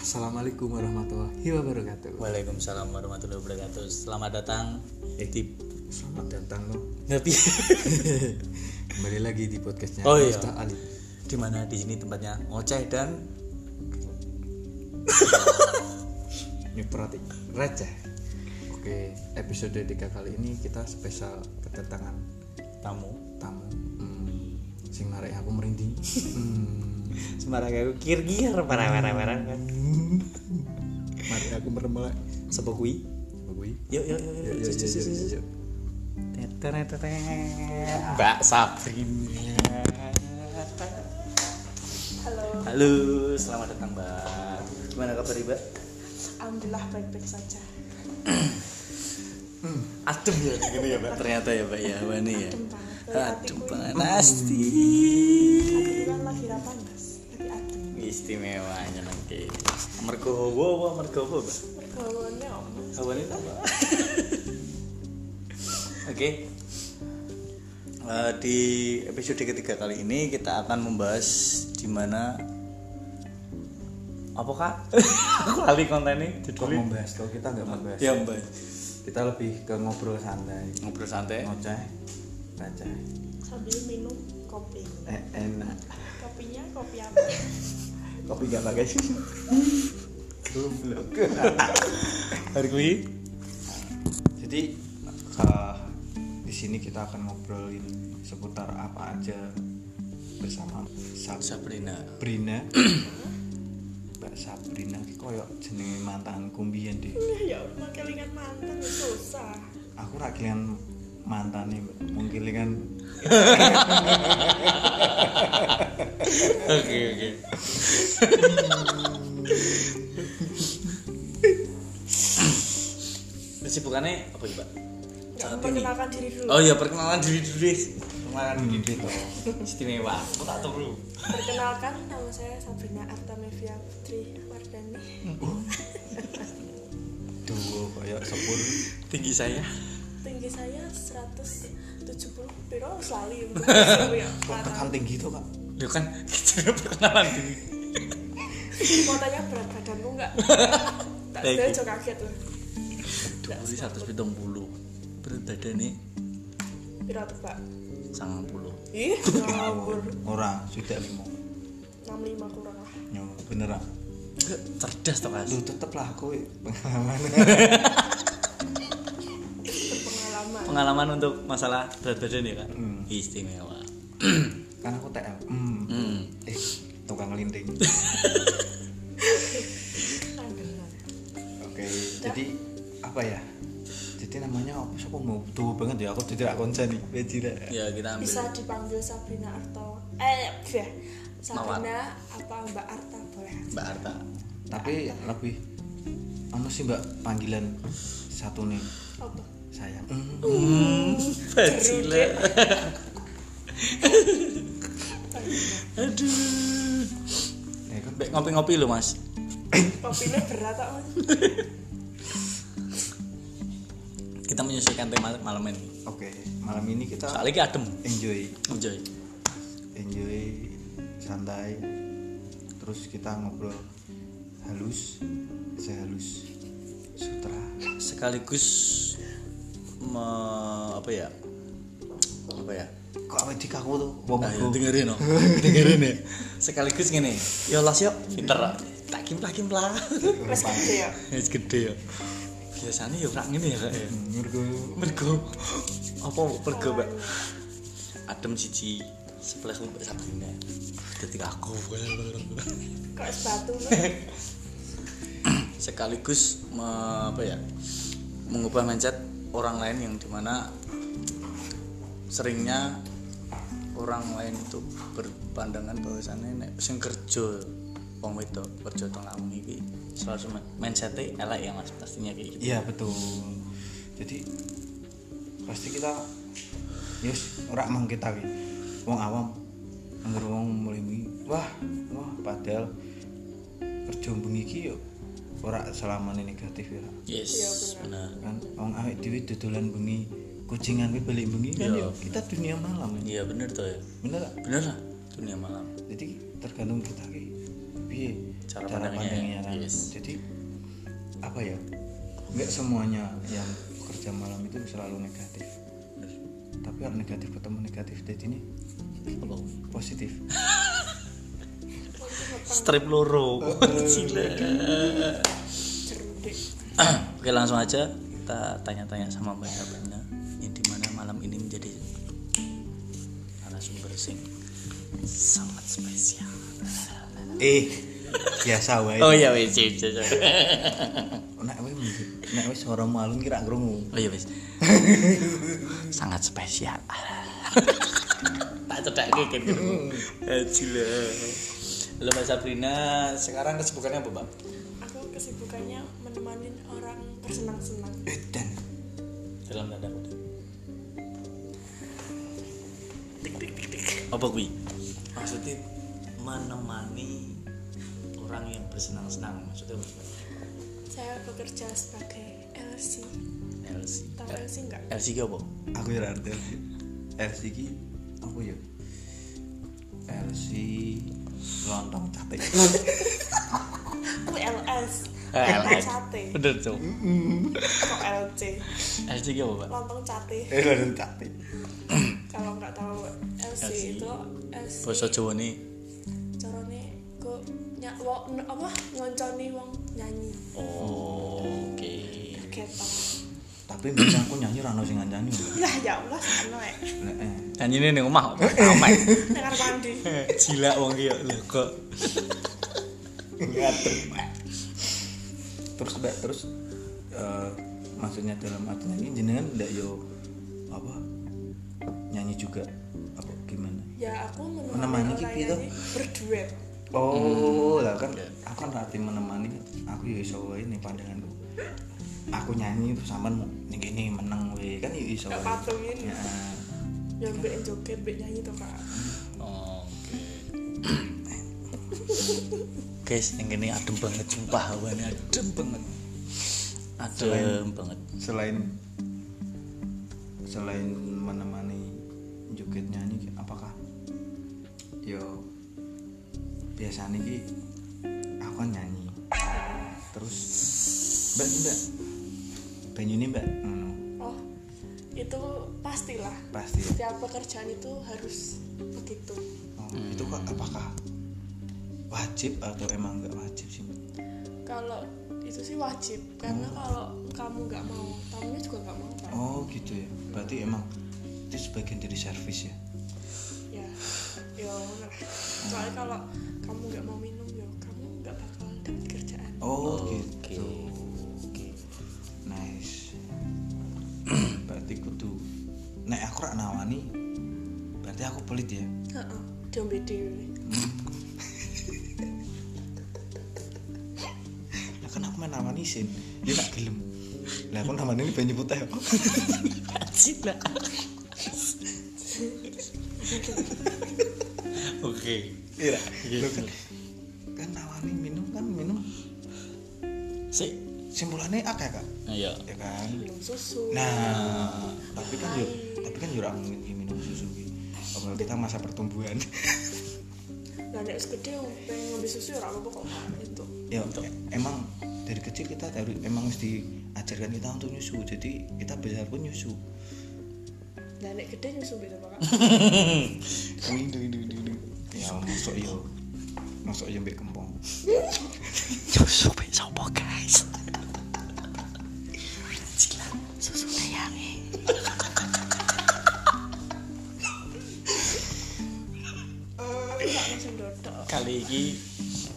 Assalamualaikum warahmatullahi wabarakatuh. Waalaikumsalam warahmatullahi wabarakatuh. Selamat datang di Selamat datang lo. Tapi Kembali lagi di podcastnya Oh, iya. Miftah Ali. di mana di sini tempatnya ngoceh dan Nyeprati receh. Oke, episode 3 kali ini kita spesial kedatangan tamu. tamu. Hmm, sing narik aku merinding. Hmm, Semarang aku kir-kir parah parah parah. mari aku Iya, meremelek. Sopo kui? Bagui. Yuk yuk yuk Yuk, yuk. yuk, Cus, yuk, cus, yuk, cus, yuk, cus. yuk. Tetetetetet. Mbak Sabrina. Halo, Halo, selamat datang Mbak. Gimana kabar Mbak? alhamdulillah baik-baik saja. Adem ya gini ya Mbak. Ternyata ya Mbak ya, Mbak nih ya. Adem banget. Adem Hatiku panasti. Aku kan lagi ra panas, tapi adem. istimewanya nanti mergo hawa apa mergo apa Mbak? Mergawone omas. hawa ini apa oke Eh, di episode ketiga kali ini kita akan membahas di mana apa kak aku lali konten ini Kok judulnya membahas kok kita nggak membahas. ya mbak Kita lebih ke ngobrol santai. ngobrol santai Ngoceh, receh. Sambil minum kopi. Eh, enak. Kopinya kopi apa? Kopi gak pakai susu. Goblok. hari ini Jadi eh, di sini kita akan ngobrolin seputar apa aja bersama Sabrina. Sabrina Mbak Sabrina ki koyo jenenge mantanku mbiyen deh. ya Allah, kelingan mantan ya susah. Aku ra kelingan mantane, Mbak. kan Mung kelingan oke oke kesibukannya apa sih mbak Nggak saat ini memperkenalkan diri dulu. Oh iya perkenalan diri dulu deh. Perkenalan diri gitu. istimewa. Aku tak tahu. Perkenalkan, nama saya Sabrina Artamevia Putri Wardani. Duo koyo sepur. Tinggi saya. Tinggi saya 170 piro selalu ya. Kok tekan tinggi tuh, Kak? Lu kan kita perkenalan diri. Mau tanya berat badanmu enggak? Tak Thank saya you. juga kaget loh. Dua puluh satu hitung puluh. Berat badannya Piro Ya tebak? sangat puluh. Ih, ngawur. Ora, sudah limo. 65 kurang lah. Yo, beneran. Cerdas toh kan? Lu tetep lah kowe pengalaman. Berpengalaman. Pengalaman untuk masalah berat badan ya kan? Hmm. Istimewa. kan aku TL. Hmm. Hmm. Eh, tukang linting. Landenan. Oke, jadi apa ya? Jadi namanya apa? Siapa mau tuh banget ya? Aku tidak konsen nih, ya tidak. Ya kita ambil. Bisa dipanggil Sabrina atau eh ya. Sabrina apa Mbak Arta boleh. Mbak Arta. Tapi lebih, anu sih mbak panggilan satu nih Apa? sayang. Hmm. Bajile. Aduh. Ya kan? Mbak, Ngopi-ngopi lu mas. Kopinya berat kok. Mas. Kita menyesuaikan tema malam ini. Oke, malam ini kita Soalnya ini adem. enjoy, Enjoy. enjoy santai. Terus kita ngobrol halus, sehalus sutra. sekaligus me- apa ya apa ya Kok awet di kaku tuh? Wong Ayo, aku. dengerin no dengerin ya sekaligus gini yo las yo pinter lah takim takim lah Wes gede ya. wis gede ya biasanya yo rak ngene ya kak ya Hmm, Menurutku mergo apa mergo mbak adem siji sebelah mbak Sabrina dadi aku Kok es batu Mas? sekaligus me- apa ya mengubah mindset orang lain yang dimana seringnya orang lain itu berpandangan bahwasannya nek sing kerja wong wedok kerja teng lawang iki selalu mindsetnya elek ya Mas pastinya kayak gitu. Iya betul. Jadi pasti kita yes ora mang kita wi. Wong awam anggere wong mlimi. Wah, wah padahal kerja bengi iki yo ora selamane negatif ya. Iya, Yes, benar. Kan wong awake dhewe dodolan bengi, kucingan kuwi balik bengi kan Iya. yo kita dunia malam ya. Iya bener toh ya. Bener tak? Bener lah dunia malam. Jadi tergantung kita ki piye cara, cara pandangnya. pandangnya kan. Yes. jadi apa ya nggak semuanya yang kerja malam itu selalu negatif tapi kalau negatif ketemu negatif date ini positif Strip loro. Gila. cerdik Oke, langsung aja kita tanya-tanya sama Mbak Sabana yang dimana malam ini menjadi narasumber sing sangat spesial. eh biasa wae Oh iya wes, wes, wes, wes. nek wis nek wis suara malun kira krungu Oh iya wes. sangat spesial. tak cedak gitu. Gila. Halo Mbak Sabrina, sekarang kesibukannya apa, Mbak? aku kesibukannya menemani orang bersenang-senang edan Dalam tanda kutip. Tik tik tik tik. Apa kui? Maksudnya menemani orang yang bersenang-senang. Maksudnya apa? saya bekerja sebagai LC LC. tahu LC enggak LC ki apa? aku ya arti LC ki apa ya LC lontong capek aku LS Eh, lontong LS. sate Bener tuh. kok LC LC ki apa, Pak? lontong sate eh lontong capek kalau nggak tahu LC, LC. itu LC Bahasa Jawa nih. carane ku nyak wo- n- apa ngonconi wong nyanyi Oh, oke. ketok tapi biasanya aku nyanyi rano sing ngancani lah ya Allah sakno e Nek, eh. Dan ini nih rumah, ramai. nek arep mandi Gila wong ki lho kok. Iya, terus mbak terus eh, maksudnya dalam arti nyanyi jenengan ndak yo apa nyanyi juga apa gimana ya aku Menemani menemani ki orang piye to? nyanyi berduet oh lah kan aku kan arti menemani aku yo iso wae nih pandanganku aku nyanyi terus sampean ning kene meneng wae kan yo iso Gak wae. patung ini. Ya, ya mbek joget mbek nyanyi to kak Oke. Guys, yang ini adem banget, sumpah hawane adem banget. Adem banget. selain selain menemani joget nyanyi apakah yo biasanya ki aku kan nyanyi terus mbak ini mbak penyu ini mbak ngono oh itu pastilah pasti ya. setiap pekerjaan itu harus begitu Oh, itu kok apakah wajib atau emang nggak wajib sih mbak kalau itu sih wajib karena kalau kamu nggak mau tamunya juga nggak mau kan oh gitu ya berarti emang itu sebagian dari servis ya ya ya ngono lah. soalnya kalau kamu nggak mau minum ya kamu nggak bakal dapat kerjaan Oh, Oke. gitu. Nice. berarti kudu nek aku rak nawani berarti aku pelit ya. Heeh, diombe dhewe. Lah kan aku main nawani sin. Dia tak gelem. Lah aku nawani ini banyu putih kok. Gila. Oke. Iya. Iya, Lho kan iya. kan nawani minum kan minum Sik. simpulannya akeh Kak. Ayo. Ya kan. Minum susu. Nah, tapi kan yuk, tapi kan yura mungkin ki minum susu ki. Apalagi kita masa pertumbuhan. Lah nek wis gede pengen ngombe susu ya ora apa-apa kok. Pak. Itu. ya emang dari kecil kita dari emang harus diajarkan kita untuk nyusu jadi kita besar pun nyusu Lah nek ya gede nyusu beda Pak. Eh, windu windu windu windu ya masuk yo masuk yo mbek kempong Susu sopo, guys? Susu kayange. Enggak langsung dodok. kali ini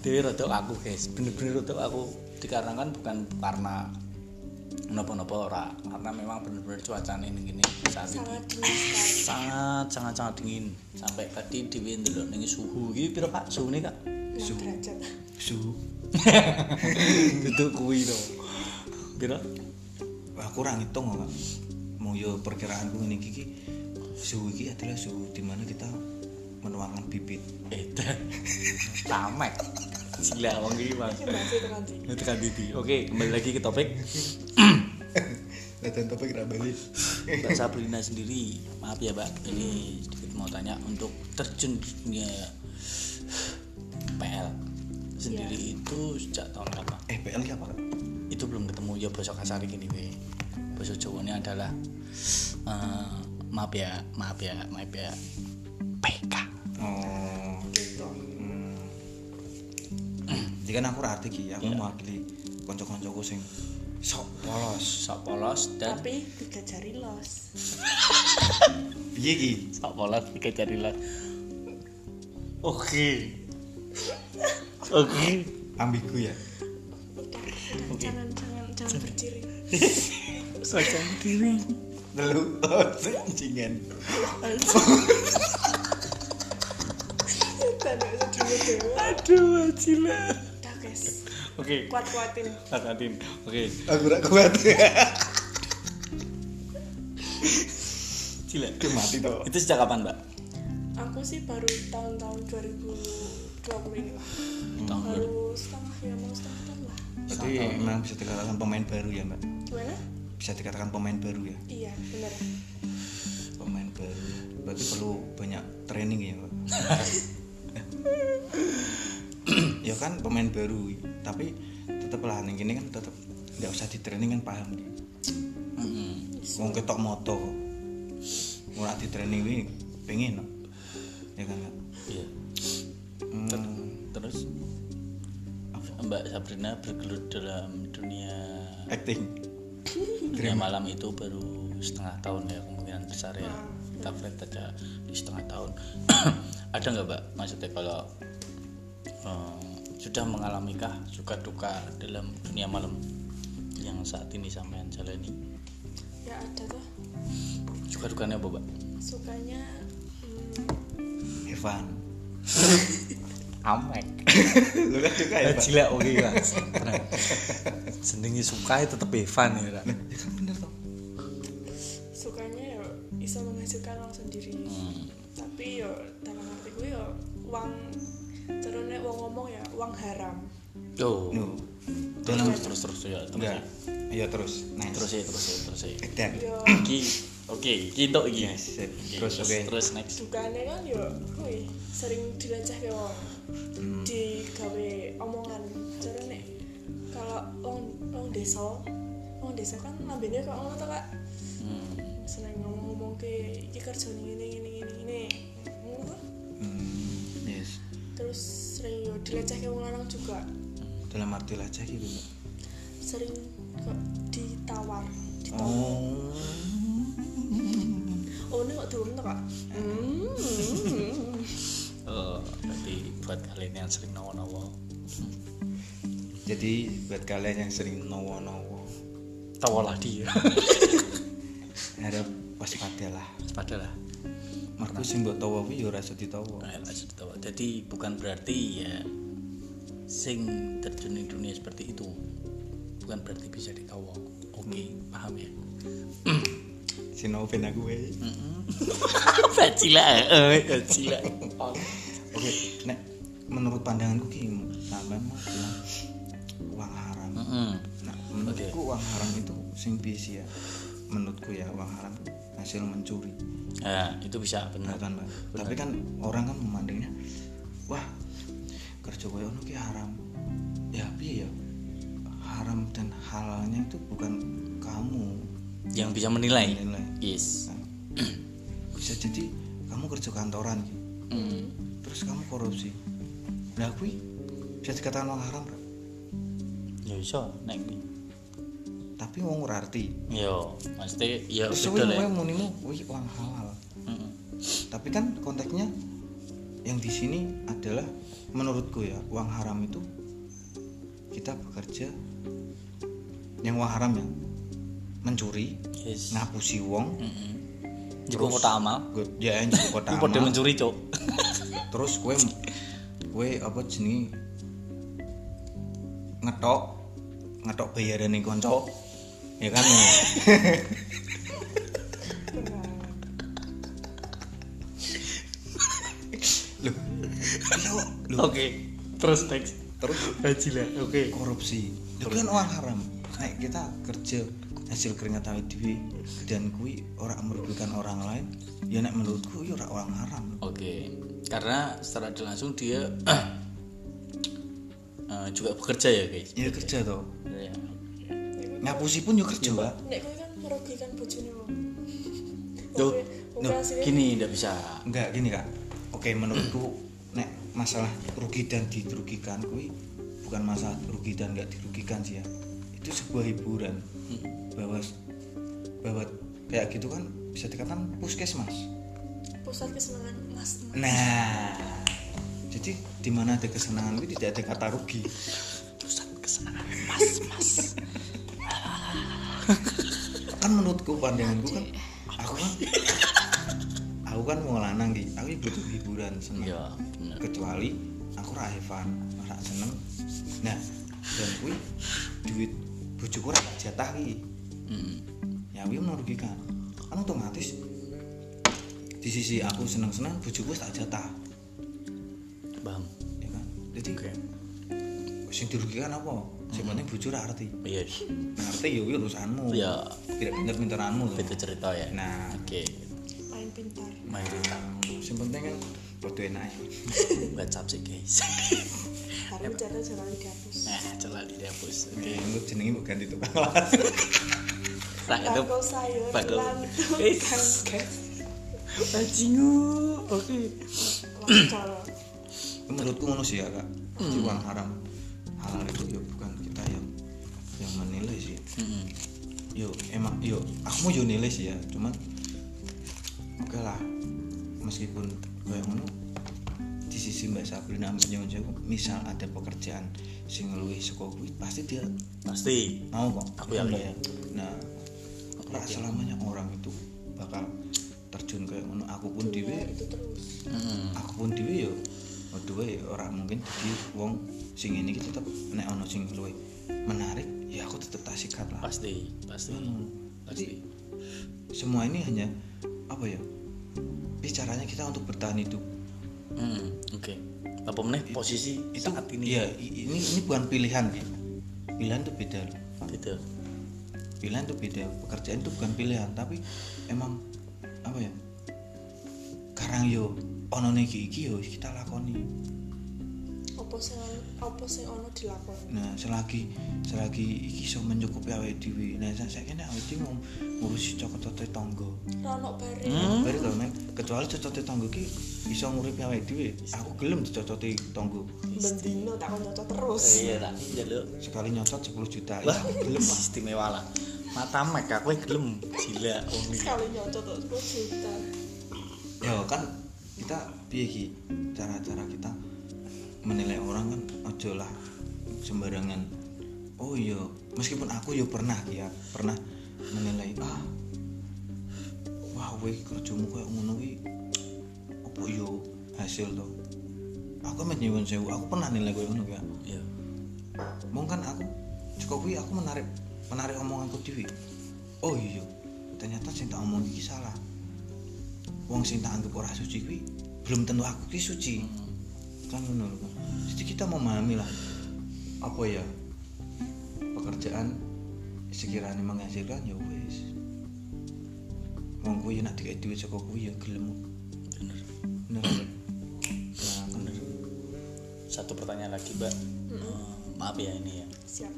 dia rotok aku guys bener-bener rotok aku dikarenakan bukan karena nopo-nopo ora karena memang bener-bener cuaca ini gini saat ini Sangat dingin sekali. sangat sangat sangat dingin sampai tadi di dulu nih suhu ini piro kak suhu ini kak 6 derajat. suhu itu kui dong piro Wah, aku kurang hitung nggak mau yo perkiraanku ini kiki suhu ini adalah suhu dimana kita menuangkan bibit edan tamek gila wong ini bang Ini bahasa itu nanti. itu kan Didi. oke kembali lagi ke topik nah dan topik kira balik Mbak Sabrina sendiri, maaf ya Mbak, ini sedikit mau tanya untuk terjun di dunia PL sendiri itu sejak tahun kapan eh PLI apa itu belum ketemu ya bahasa kasar gini we bahasa Jawanya adalah eh, maaf ya maaf ya maaf ya PK oh gitu hmm. jika aku ora arti ki aku mewakili kanca-kancaku sing sok polos sok polos dan tapi tiga jari los piye ki sok polos tiga jari lah oke oke ambigu ya udah, udah jangan jangan jangan berciri saja diri telu oh, anjingan Tidak bisa dulu dewa aduh cila udah guys oke kuat kuatin Mas Adin oke aku ora kuat cila Duh, mati toh itu sejak kapan mbak aku sih baru tahun-tahun 2020 ini lah Tahun baru setengah ya mau setengah tahun lah berarti memang bisa dikatakan pemain baru ya mbak gimana bisa dikatakan pemain baru ya iya bener pemain baru berarti perlu banyak training ya mbak ya kan pemain baru tapi tetap lah yang gini kan tetap nggak usah di training kan paham nih wong ketok moto kok. ora di training ini pengen no. ya kan Mbak? iya hmm, terus Mbak Sabrina bergelut dalam dunia acting dunia malam itu baru setengah tahun ya kemungkinan besar Ah. ya kita flat aja di setengah tahun ada nggak mbak maksudnya kalau eh, sudah mengalami kah suka duka dalam dunia malam yang saat ini sampean jalani ya ada tuh suka dukanya apa mbak sukanya hmm, Evan amek lu kan juga ya Pak? cilik oke lah senengnya suka tetep Evan ya ya Ra. kan bener toh sukanya ya bisa menghasilkan uang sendiri Hmm. tapi yo dalam arti gue yo uang caranya uang ngomong ya uang haram oh no. dalam terus terus terus ya terus ya enggak iya terus nice. terus ya terus ya terus ya Edan. yo Ki, oke, gitu iki. Yes, sip. Oke, Terus, oke. terus next. sukanya kan yo kui sering dilacak ke uang di gawe omongan caranya kalau uang uang desa uang desa kan lambene kok ngono tuh kak Hmm. seneng ngomong-ngomong ke iki kerja ini ini ini ini ngono tuh. Hmm, yes terus sering yo dilacak ke wong lanang juga dalam arti aja gitu Mbak. sering kok ditawar ditawar oh oh ini kok turun tuh kak hmm Eh, berarti buat kalian yang sering nawa-nawa, jadi buat kalian yang sering nowo nowo tawalah dia. harap waspadalah Padahal Markus sing mbok tawa kuwi ya ora usah ditawa. lah, tawa. Jadi bukan berarti ya sing terjun di dunia seperti itu bukan berarti bisa ditawa. Oke, paham ya? Sinau ben aku wae. Bacila, eh, bacila. Oke, nek menurut pandanganku ki sampean mau bilang uang haram. Heeh. Nah, menurutku uang haram itu sing piye ya? Menurutku ya uang haram itu hasil mencuri. Nah, itu bisa Benar benar. kan, Mbak? Tapi kan orang kan memandangnya wah, kerja koyo ngono ki haram. Ya piye ya? Haram dan halalnya itu bukan kamu Yang bisa menilai. nilai. Yes. Nah, bisa jadi kamu kerja kantoran Ki. terus kamu korupsi lah kui bisa dikatakan uang haram Ra. Ya iso nek iki. tapi uang ora arti Yo, mesti ya terus betul kui ya. mau munimu kui uang halal Mm-mm. tapi kan konteksnya yang di sini adalah menurutku ya uang haram itu kita bekerja yang uang haram ya mencuri Yes. ngapusi uang Mm-mm. Juga kota amal. gue- ya yang cukup kota Tapi pada amal. mencuri, Cok. terus kue kue apa jenenge ngetok ngetok bayaran nih konco ya kan ya. Loh, loh, loh. Oke. Terus next. terus Haji lah. Oke. korupsi itu kan uang haram nah kita kerja hasil keringat awake dhewe dan kui orang merugikan orang lain ya nek menurutku ya ora uang haram Oke. Karena secara tidak langsung dia eh, juga bekerja ya guys ya kerja toh Ya, ya. ngapusi pun yo kerja mbak Nek kowe kan merugikan bojone wong. Loh, Wong loh, kowe asline- gini tidak bisa enggak gini kak oke menurutku nek masalah rugi dan dirugikan kui bukan masalah rugi dan nggak dirugikan sih ya itu sebuah hiburan bahwa bahwa kayak gitu kan bisa dikatakan puskesmas pusat kesenangan mas. nah jadi di mana ada kesenangan itu tidak ada kata rugi pusat kesenangan mas mas kan menurutku pandanganku kan aku kan aku kan mau lanang gitu aku butuh hiburan senang ya bener. kecuali aku ra Evan ra seneng nah dan kui duit bojoku ra tak jatah ki Mm. ya kui merugikan kan otomatis di sisi aku seneng seneng bojoku wis tak jatah paham ya kan jadi oke sing dirugikan apa sing penting bojo ra ngerti yes ngerti yo yo urusanmu Ya. tidak pinter pinteranmu itu cerita ya nah oke Main pintar. main cerita sing penting kan bodo enak ya buat capsik guys Karena jatah jangan dihapus. nah celah dihapus oke Oke, untuk jenengi mbok ganti tukang las. Nah, itu Bakul sayur, bakul. lantung, Wis. kangkung, bajingu oke wakal. menurutku ngono sih ya kak Jadi uang haram halal itu ya bukan kita yang yang menilai sih Mm-mm. yo emang yo aku mau yo nilai sih ya cuman oke lah meskipun kayak ngono di sisi mbak Sabrina punya misal ada pekerjaan sing luwih saka kuwi pasti dia pasti mau kok Aku yakin. Mbak ya. nah ora selamanya orang itu bakal terjun kayak ngono aku pun Dunia dhewe itu terus. Mm-mm. aku pun dhewe yo dhewe ora mungkin dadi wong sing ini iki tetep nek ana sing luwih menarik ya aku tetep tak sikat lah pasti pasti Hmm. pasti semua ini hanya apa ya bicaranya kita untuk bertahan hidup Mm, oke apa meneh posisi itu saat ini ya i- ini ini bukan pilihan ya pilihan itu beda loh gitu pilihan itu beda pekerjaan itu bukan pilihan tapi emang apa ya karang yo ono ning iki iki yo kita lakoni Apa sing apa sing ono dilakoni? Nah, selagi selagi iki iso mencukupi awake dhewe. Nah, saya kene awake dhewe mau ngurusi cocote tangga. Hmm. Ra ono bare. Bari to men, kecuali cocote tangga ki iso nguripi awake dhewe. Aku gelem dicocote tangga. Bendino tak kocok terus. iya tak jaluk Sekali nyocot 10 juta. Wah, Aku gelem istimewa lah. Mata mek aku yang gelem gila wong iki. Sekali nyocot tuh 10 juta. ya kan kita piye ki cara-cara kita menilai orang kan ojo lah sembarangan oh iya meskipun aku yo pernah ki, ya pernah menilai ah wah weh kerjamu kayak ngono ki opo yo hasil to aku kan menyuwun sewu aku pernah nilai kayak ngono ya Iya. mungkin aku cukup kuwi aku menarik menarik omonganku dhewe oh iya ternyata sing tak omong iki salah wong sing tak anggap ora suci kuwi belum tentu aku ki suci kan ngono lho Kak. jadi kita memahami lah apa ya pekerjaan sekiranya menghasilkan ya wis wong kuwi nek dikek duit saka kuwi ya gelem Bener. bener Kak. nah, bener Satu pertanyaan lagi, Mbak. Eh, maaf ya ini ya. Siap.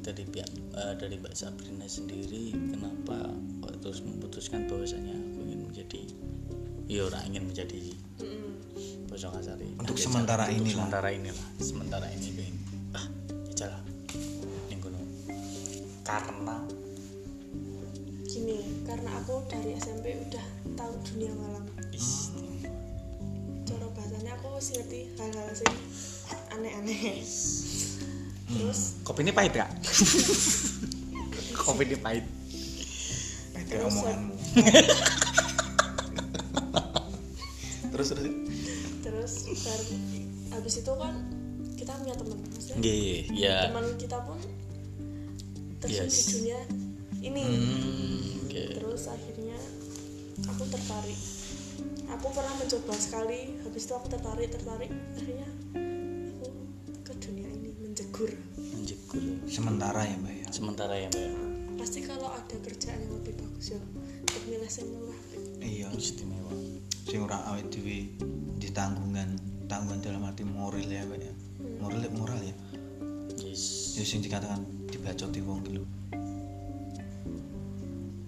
Dari pihak eh, dari Mbak Sabrina sendiri kenapa kok terus memutuskan bahwasanya aku ingin menjadi Iya, ora ingin menjadi Mm-mm. bosok kasari. Untuk Nanti aja, sementara untuk inilah. Sementara inilah. Sementara ini pengen ah, jalan. Ning kono. Karena Gini, karena aku dari SMP udah tahu dunia malam. istimewa. Cara bahasanya aku wis ngerti hal-hal sing aneh-aneh. Terus Kopi ini pahit ya? Kopi ini pahit. Pede Terus, omonganmu terus terus terus baru habis itu kan kita punya teman. Maksudnya Nggih, ya. teman kita pun terjun Yes. di dunia ini. Hmm, oke. Terus akhirnya aku tertarik. Aku pernah mencoba sekali, habis itu aku tertarik, tertarik. Akhirnya aku ke dunia ini menjegur. Lanjut dulu. sementara ya mbak ya Sementara ya, Mbak. Pasti kalau ada kerjaan yang lebih bagus ya, pemilih yang murah. iya Istimewa. sing ora awet dhewe ditanggungan tanggungan dalam arti moral ya Pak ya. Moral moral ya. Yes. Ya sing dikatakan dibacoti wong iki lho.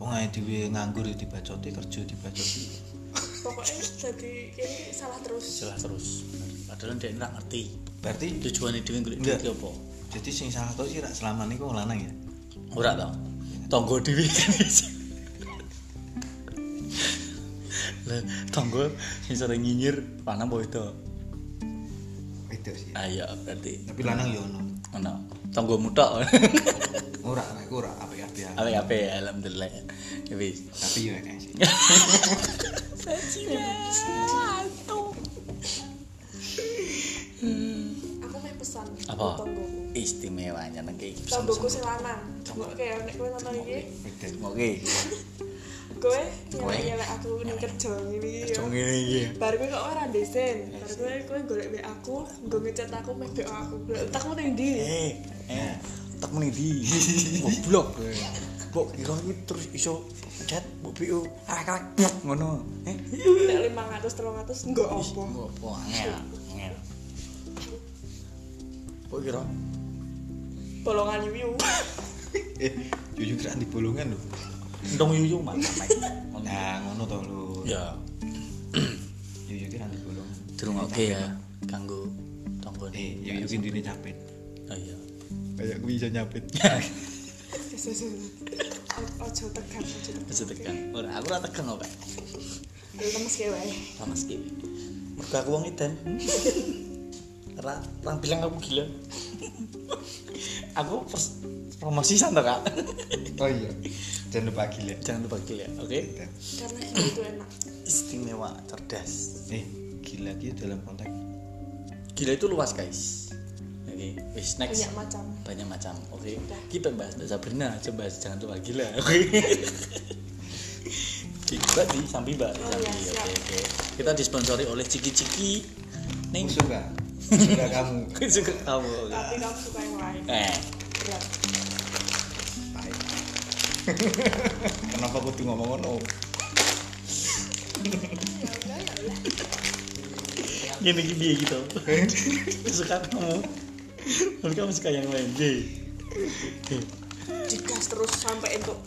Wong ae dhewe nganggur ya dibacoti, kerja dibacoti. pokoknya jadi ini salah terus Salah terus. Padahal dia nggak ngerti Berarti tujuannya dia nggak Nggak. ngerti apa. jadi sing salah tau sih rak selama niku wong lanang ya. Ora tau. Tonggo dhewe. Lah tonggo sing sering nyinyir lanang apa itu? Itu sih. Ayo berarti Tapi lanang ya ono. ngono. Tonggo mutok. Ora nek ora apik apik. ae. Apa apa ya alhamdulillah. Ya wis. Tapi yo enak sih. Satu. aku main pesan Apa? buat tonggoku Istimewanya nang iki pesan. tonggoku sing lanang oke nek kowe nonton iki Beden. Oke. kowe nyelek aku ning kerja ngene iki Cung yo ngene iki. Baru gue kok ora desain, baru gue gue golek WA aku, gue ngechat aku, main BO aku, gue tak mau di. Eh, eh, tak muni di. Goblok. Kok kira iki terus iso chat mbok PO arak-arak ngono. Eh, Nek lima ratus, telung ratus, nggak apa. apa angel. Angel. Kok kira Bolongan ibu. Eh, jujur rak di bolongan lho. ndong yuyu mantap. Nah, ngono to lho. Ya, Yuyu ki rak di bolongan. dirungokke ya kanggo tanggone. Eh, yuyu ki duwe nyapit. Oh iya. Kayak gue bisa nyapit. Ojo tekan, ojo tekan. Bisa tekan. Ora, aku ora tekan kok. Pak. Ya lemes kayak wae. sama skip mergo aku wong edan ra orang bilang aku gila aku pers- promosi sana kak Oh iya. Jangan lupa gila. jangan lupa gila ya, oke Karena gini itu enak. istimewa cerdas Eh, gila ki dalam konteks gila itu luas guys oke wis next Banyak macam. banyak macam oke kita bahas bahasa Sabrina coba jangan lupa gila oke Kita di sambil mbak di Oh, sambil oke iya, siap. oke kita disponsori oleh ciki ciki neng musuh gak? Suka kamu. suka kamu oke. Tapi kamu suka yang lain. eh Berat. Baik. Kenapa aku tuh ngomong ngono? Ya udah ya udah. gini gini gitu suka kamu tapi kamu suka yang lain J Digas terus sampai entuk.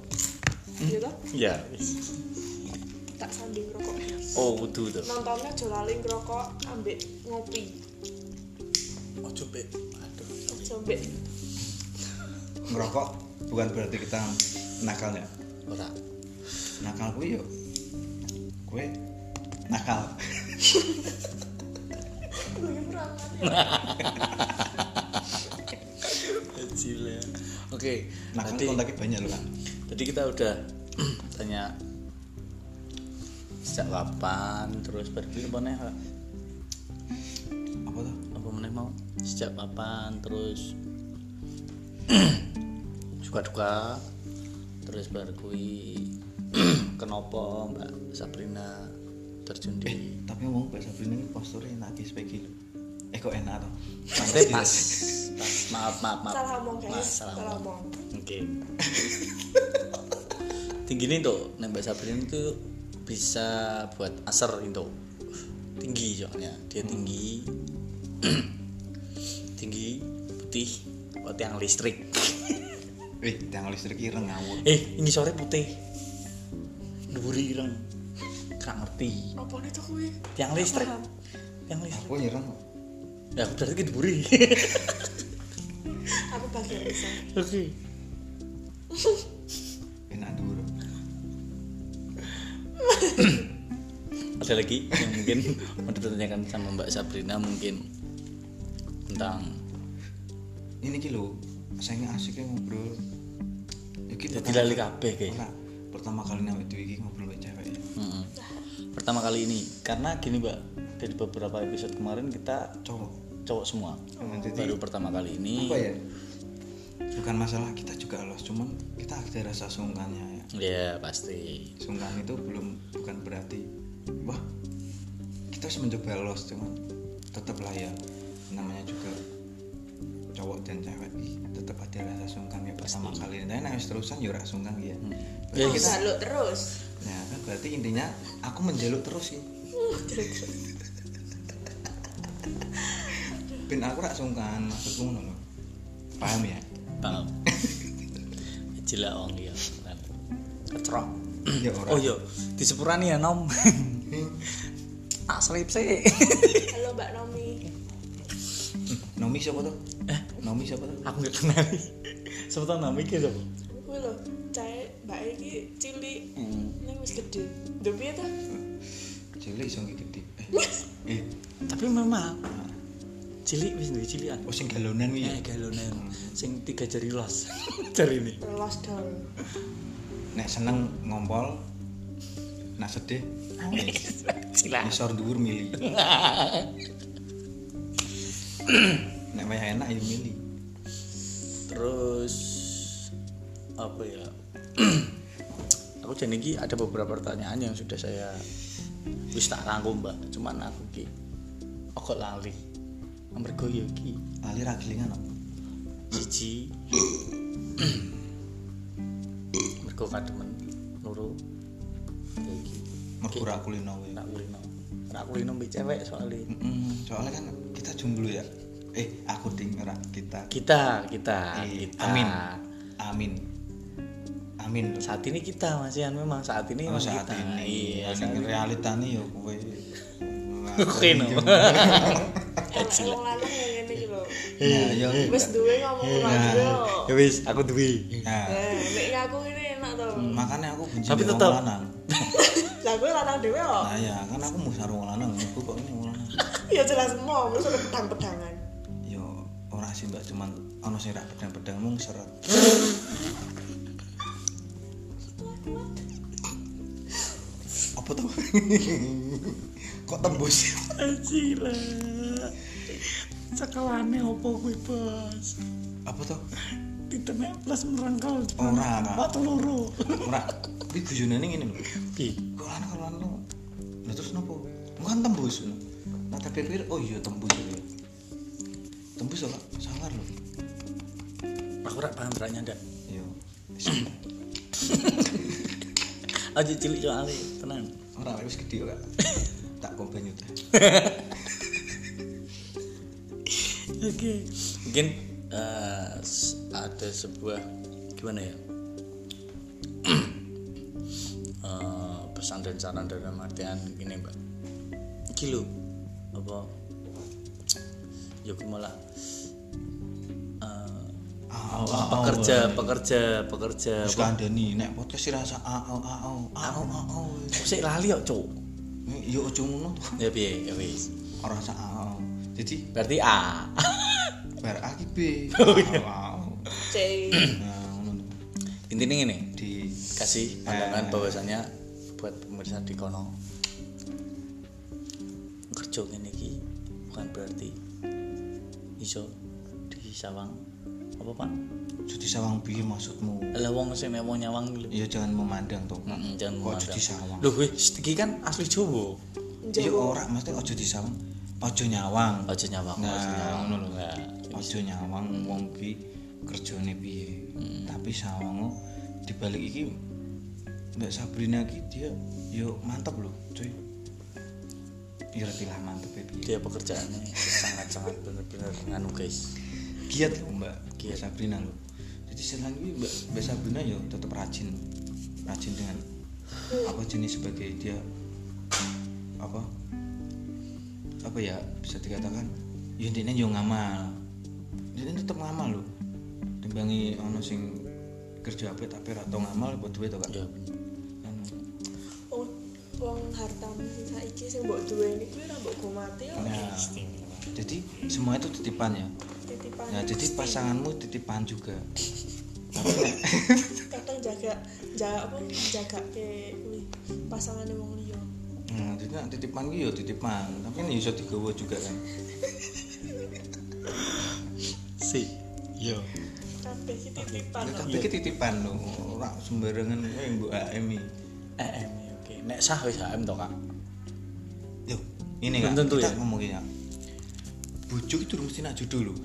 Iya toh? ya Tak sambil rokok. oh tuh tuh Nontonnya aja lali ngerokok ambek ngopi. oh coba aduh Ojo ambek Ngerokok bukan berarti kita nakal ya. ora Nakal gue yo. Gue nakal. Gue yang berangkat ya. kecil ya oke Nakal tadi kontaknya banyak loh kan. tadi kita udah tanya sejak kapan terus berarti apa nih Kak? Apa tuh? apa meneh mau sejak kapan terus suka duka terus baru kui kenapa mbak Sabrina terjun di Eh, Tapi ngomong bahasa Sabrina ini posturnya enak guys pegi lo. Eh kok enak tuh? Nanti Eh, pas, pas. maaf maaf maaf Salah omong Maaf, guys. salah Salah omong. omong. oke tinggi nih tuh nih mbak Sabrina tuh bisa buat aser itu tinggi soalnya dia tinggi tinggi putih buat yang listrik Wih, tiang listrik ireng ngawur. Eh, ini sore putih. Duri ireng. Gak ngerti. Apa itu kuwi? Tiang listrik. Paham. Tiang listrik. Aku nyerang. Ya, aku berarti ke duri. Aku bagian bisa. Oke. Enak dulu. Ada lagi yang mungkin mau ditanyakan sama Mbak Sabrina mungkin tentang Ini ki lo. Saya asiknya ngobrol. Iki jadi pertama- lali kabeh, guys. Ora, pertama kali nang itu iki ngobrol sama cewek ya. Mm-mm. Pertama kali ini karena gini, Mbak, dari beberapa episode kemarin kita Cowok. cowok semua. Jadi Oh, Baru pertama kali ini. apa ya? Bukan masalah kita juga los, cuman kita ada rasa sungkannya ya. Ya, pasti. Sungkan itu belum bukan berarti wah kita harus mencoba los, cuman tetap lah ya namanya juga cowok dan cewek ih, tetap ada rasa sungkan ya pertama kali ini nah wis terusan ya ora sungkan ya Ya, Oh, kita- jaluk terus. nah Uh, kan berarti intinya aku menjaluk terus sih Jaluk terus. ben aku rak sungkan maksudku ngono lho paham ya paham Jila wong ya kecerok ya ora oh yo di sepurani ya nom tak selip sih halo mbak Nomi nomi siapa tuh Eh? nomi siapa tuh aku gak kenal sebetulnya nama iki sapa kuwi lho cahaya mbak iki cilik neng wis gede lho piye ta cilik iso nggih gede eh eh tapi memang cilik wis duwe cilikan oh sing galonan kuwi ya eh galonan sing tiga jari los jari ini lost doll nek seneng ngompol nek sedih cilah ngisor dhuwur mili nek wayah enak ya mili terus apa ya aku jadi ini ada beberapa pertanyaan yang sudah saya wis tak rangkum mbak cuman aku ki aku lali mergo ya ki lali ra gelingan apa? siji mergo kademen loro ya iki mergo ra kulino kuwi nak kulino nak kulino mbek cewek soalnya Mm-mm, soalnya kan kita jomblo ya eh aku ting ora kita kita kita Eh, kita amin amin amin loh. saat ini kita Mas Ian memang saat ini Oh, memang saat kita ini iya saat ning ini. realitane ya kowe Oke, no. emang emang lanang yang ngene iki lho Nah, ya wis duwe ngomong Iya. ora duwe lho ya wis aku duwe Nah, Eh, nek aku ini enak to makanya aku benci Hmm. Tapi Tapi tetap- lanang. lah gue lanang dhewe kok Nah, ya kan aku musuh wong lanang, aku kok ini wong lanang. ya jelas mau terus ada pedang-pedangan Yo ora sih Mbak, cuman ono sing ra pedang-pedang mung seret. Apa tuh? kok tembus? Anjir. Cekelane opo kuwi, Bos? Apa tuh? Ditemek plus merengkel. Ora, ora. Watu loro. Ora. Iki guyonane ngene lho. Pi. Kok lanang kok lanang. Lah terus nopo? Bukan tembus. ngono. Nah, tapi pikir oh iya tembus ya. Tembus lho, Pak. salah lho. Aku ora paham teranya ndak. Yo. Aja cilik soalnya, tenan. Ora wis gede ora. Tak komplain yo. Oke. Mungkin eh, s- ada sebuah gimana ya? Eh, pesan dan saran dalam artian gini mbak iki lho apa ya aku malah eh, Au pekerja pekerja pekerja Terus kandani nek podcast sih rasa au au au au au. sik lali kok cuk Yo ojo ngono to. ya piye ya wis Ora rasa au. Jadi berarti ah. A bar A ki B. Au au. cek Nah, ngono to. intinya ngene Di kasih pandangan bahwasannya buat pemirsa di kono kerja ngene iki bukan berarti iso disawang apa pak judi sawang piye maksudmu? lah wong sing nek mau nyawang lho Ya jangan memandang tuh. Mm-mm, jangan Kok memandang. judi sawang. lho wis iki kan asli Jawa Iya Jawa. ora, maksudnya ojo disawang. Ojo nyawang. aja nyawang aja Nah, nyawang ngono lho. Nah, Ojo nyawang wong ki kerjane piye. Tapi sawang di balik iki Mbak Sabrina ki dia yo mantep lho, cuy. Ya lebih lah mantep ya piye. dia pekerjaannya sangat-sangat bener-bener nganu guys Giat lho Mbak Mbak Giat. Sabrina lho. Jadi selain ini Mbak, Mbak Sabrina yo tetap rajin. Rajin dengan apa jenis sebagai dia apa apa ya bisa dikatakan ya intinya yo ngamal intinya tetap ngamal lho timbangi ono sing kerja apa tapi atau ngamal buat duit to kan ya Anu, wong Oh, wong hartamu sing saiki sing mbok duweni kuwi ora mbok gomati kok nah, jadi semua itu titipan ya titipan nah jadi pasanganmu titipan juga kadang jaga jaga apa jaga ke kuwi pasangane wong liya Nah, jadi nak titipan gitu ya titipan, tapi ini bisa digawa juga kan. si yo kabeh iki titipan Ini lho. kan iki titipan loh, ora sembarangan kowe mbok AM iki. EM ya, oke nek sah wis HM to kak Yo, ini Belum kan tentu kita ya? ngomong ya. Bojo itu mesti nak jodoh loh.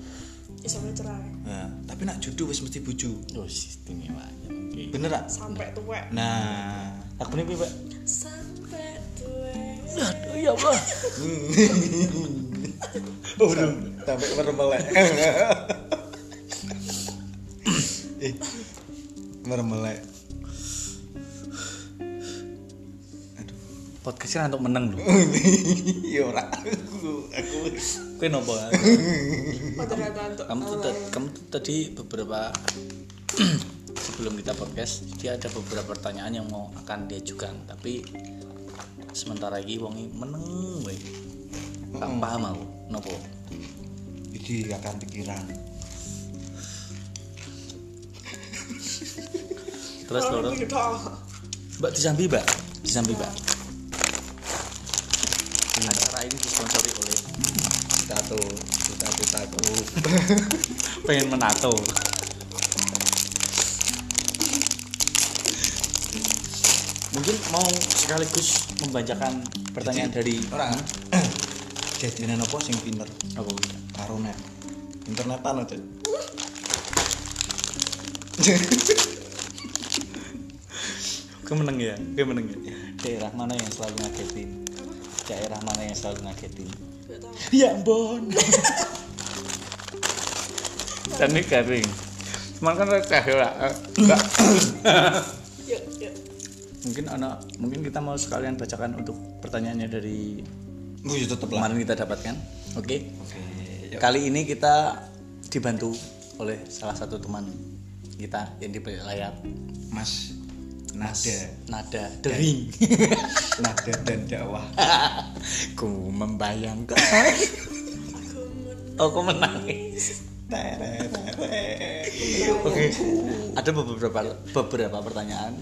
iso cerai Nah, tapi nak jodoh wis mesti bojo. yo istimewa Oh, ya oke Bener tak? sampai tuwek Nah, aku nih pak Nah. Oh, iya, aduh ya sampai tuwek pak Urung, tapi mermelek. Ih, Eh, mermelek. Aduh, podcastnya untuk menang lho ya ora aku aku kue nopo kan? Padahal untuk kamu tuh ta- kamu tuh tadi beberapa sebelum kita podcast dia ada beberapa pertanyaan yang mau akan diajukan tapi sementara lagi wongi meneng weh gak paham aku nopo jadi akan pikiran. terus loro gitu. mbak disambi mbak disambi mbak acara ini disponsori oleh Tato, kita tato. pengen menato mungkin mau sekaligus membacakan pertanyaan dari Orang jajanan apa sing pinter aku karo net. Internetan aja. gue meneng ya gue meneng ya daerah mana yang selalu ngagetin daerah mana yang selalu ngagetin ya ampun dan ini garing cuman kan receh ya Pak. Yuk, yuk. mungkin anak mungkin kita mau sekalian bacakan untuk pertanyaannya dari Bu ya tetep lah. kemarin kita dapatkan oke Oke. yuk. Kali ini kita dibantu oleh salah satu teman kita yang di balik layar Mas Mas Nada, Nada Dering. Nada dan dakwah. Ku membayangkan Oh, aku menangis. Oke. Ada beberapa beberapa pertanyaan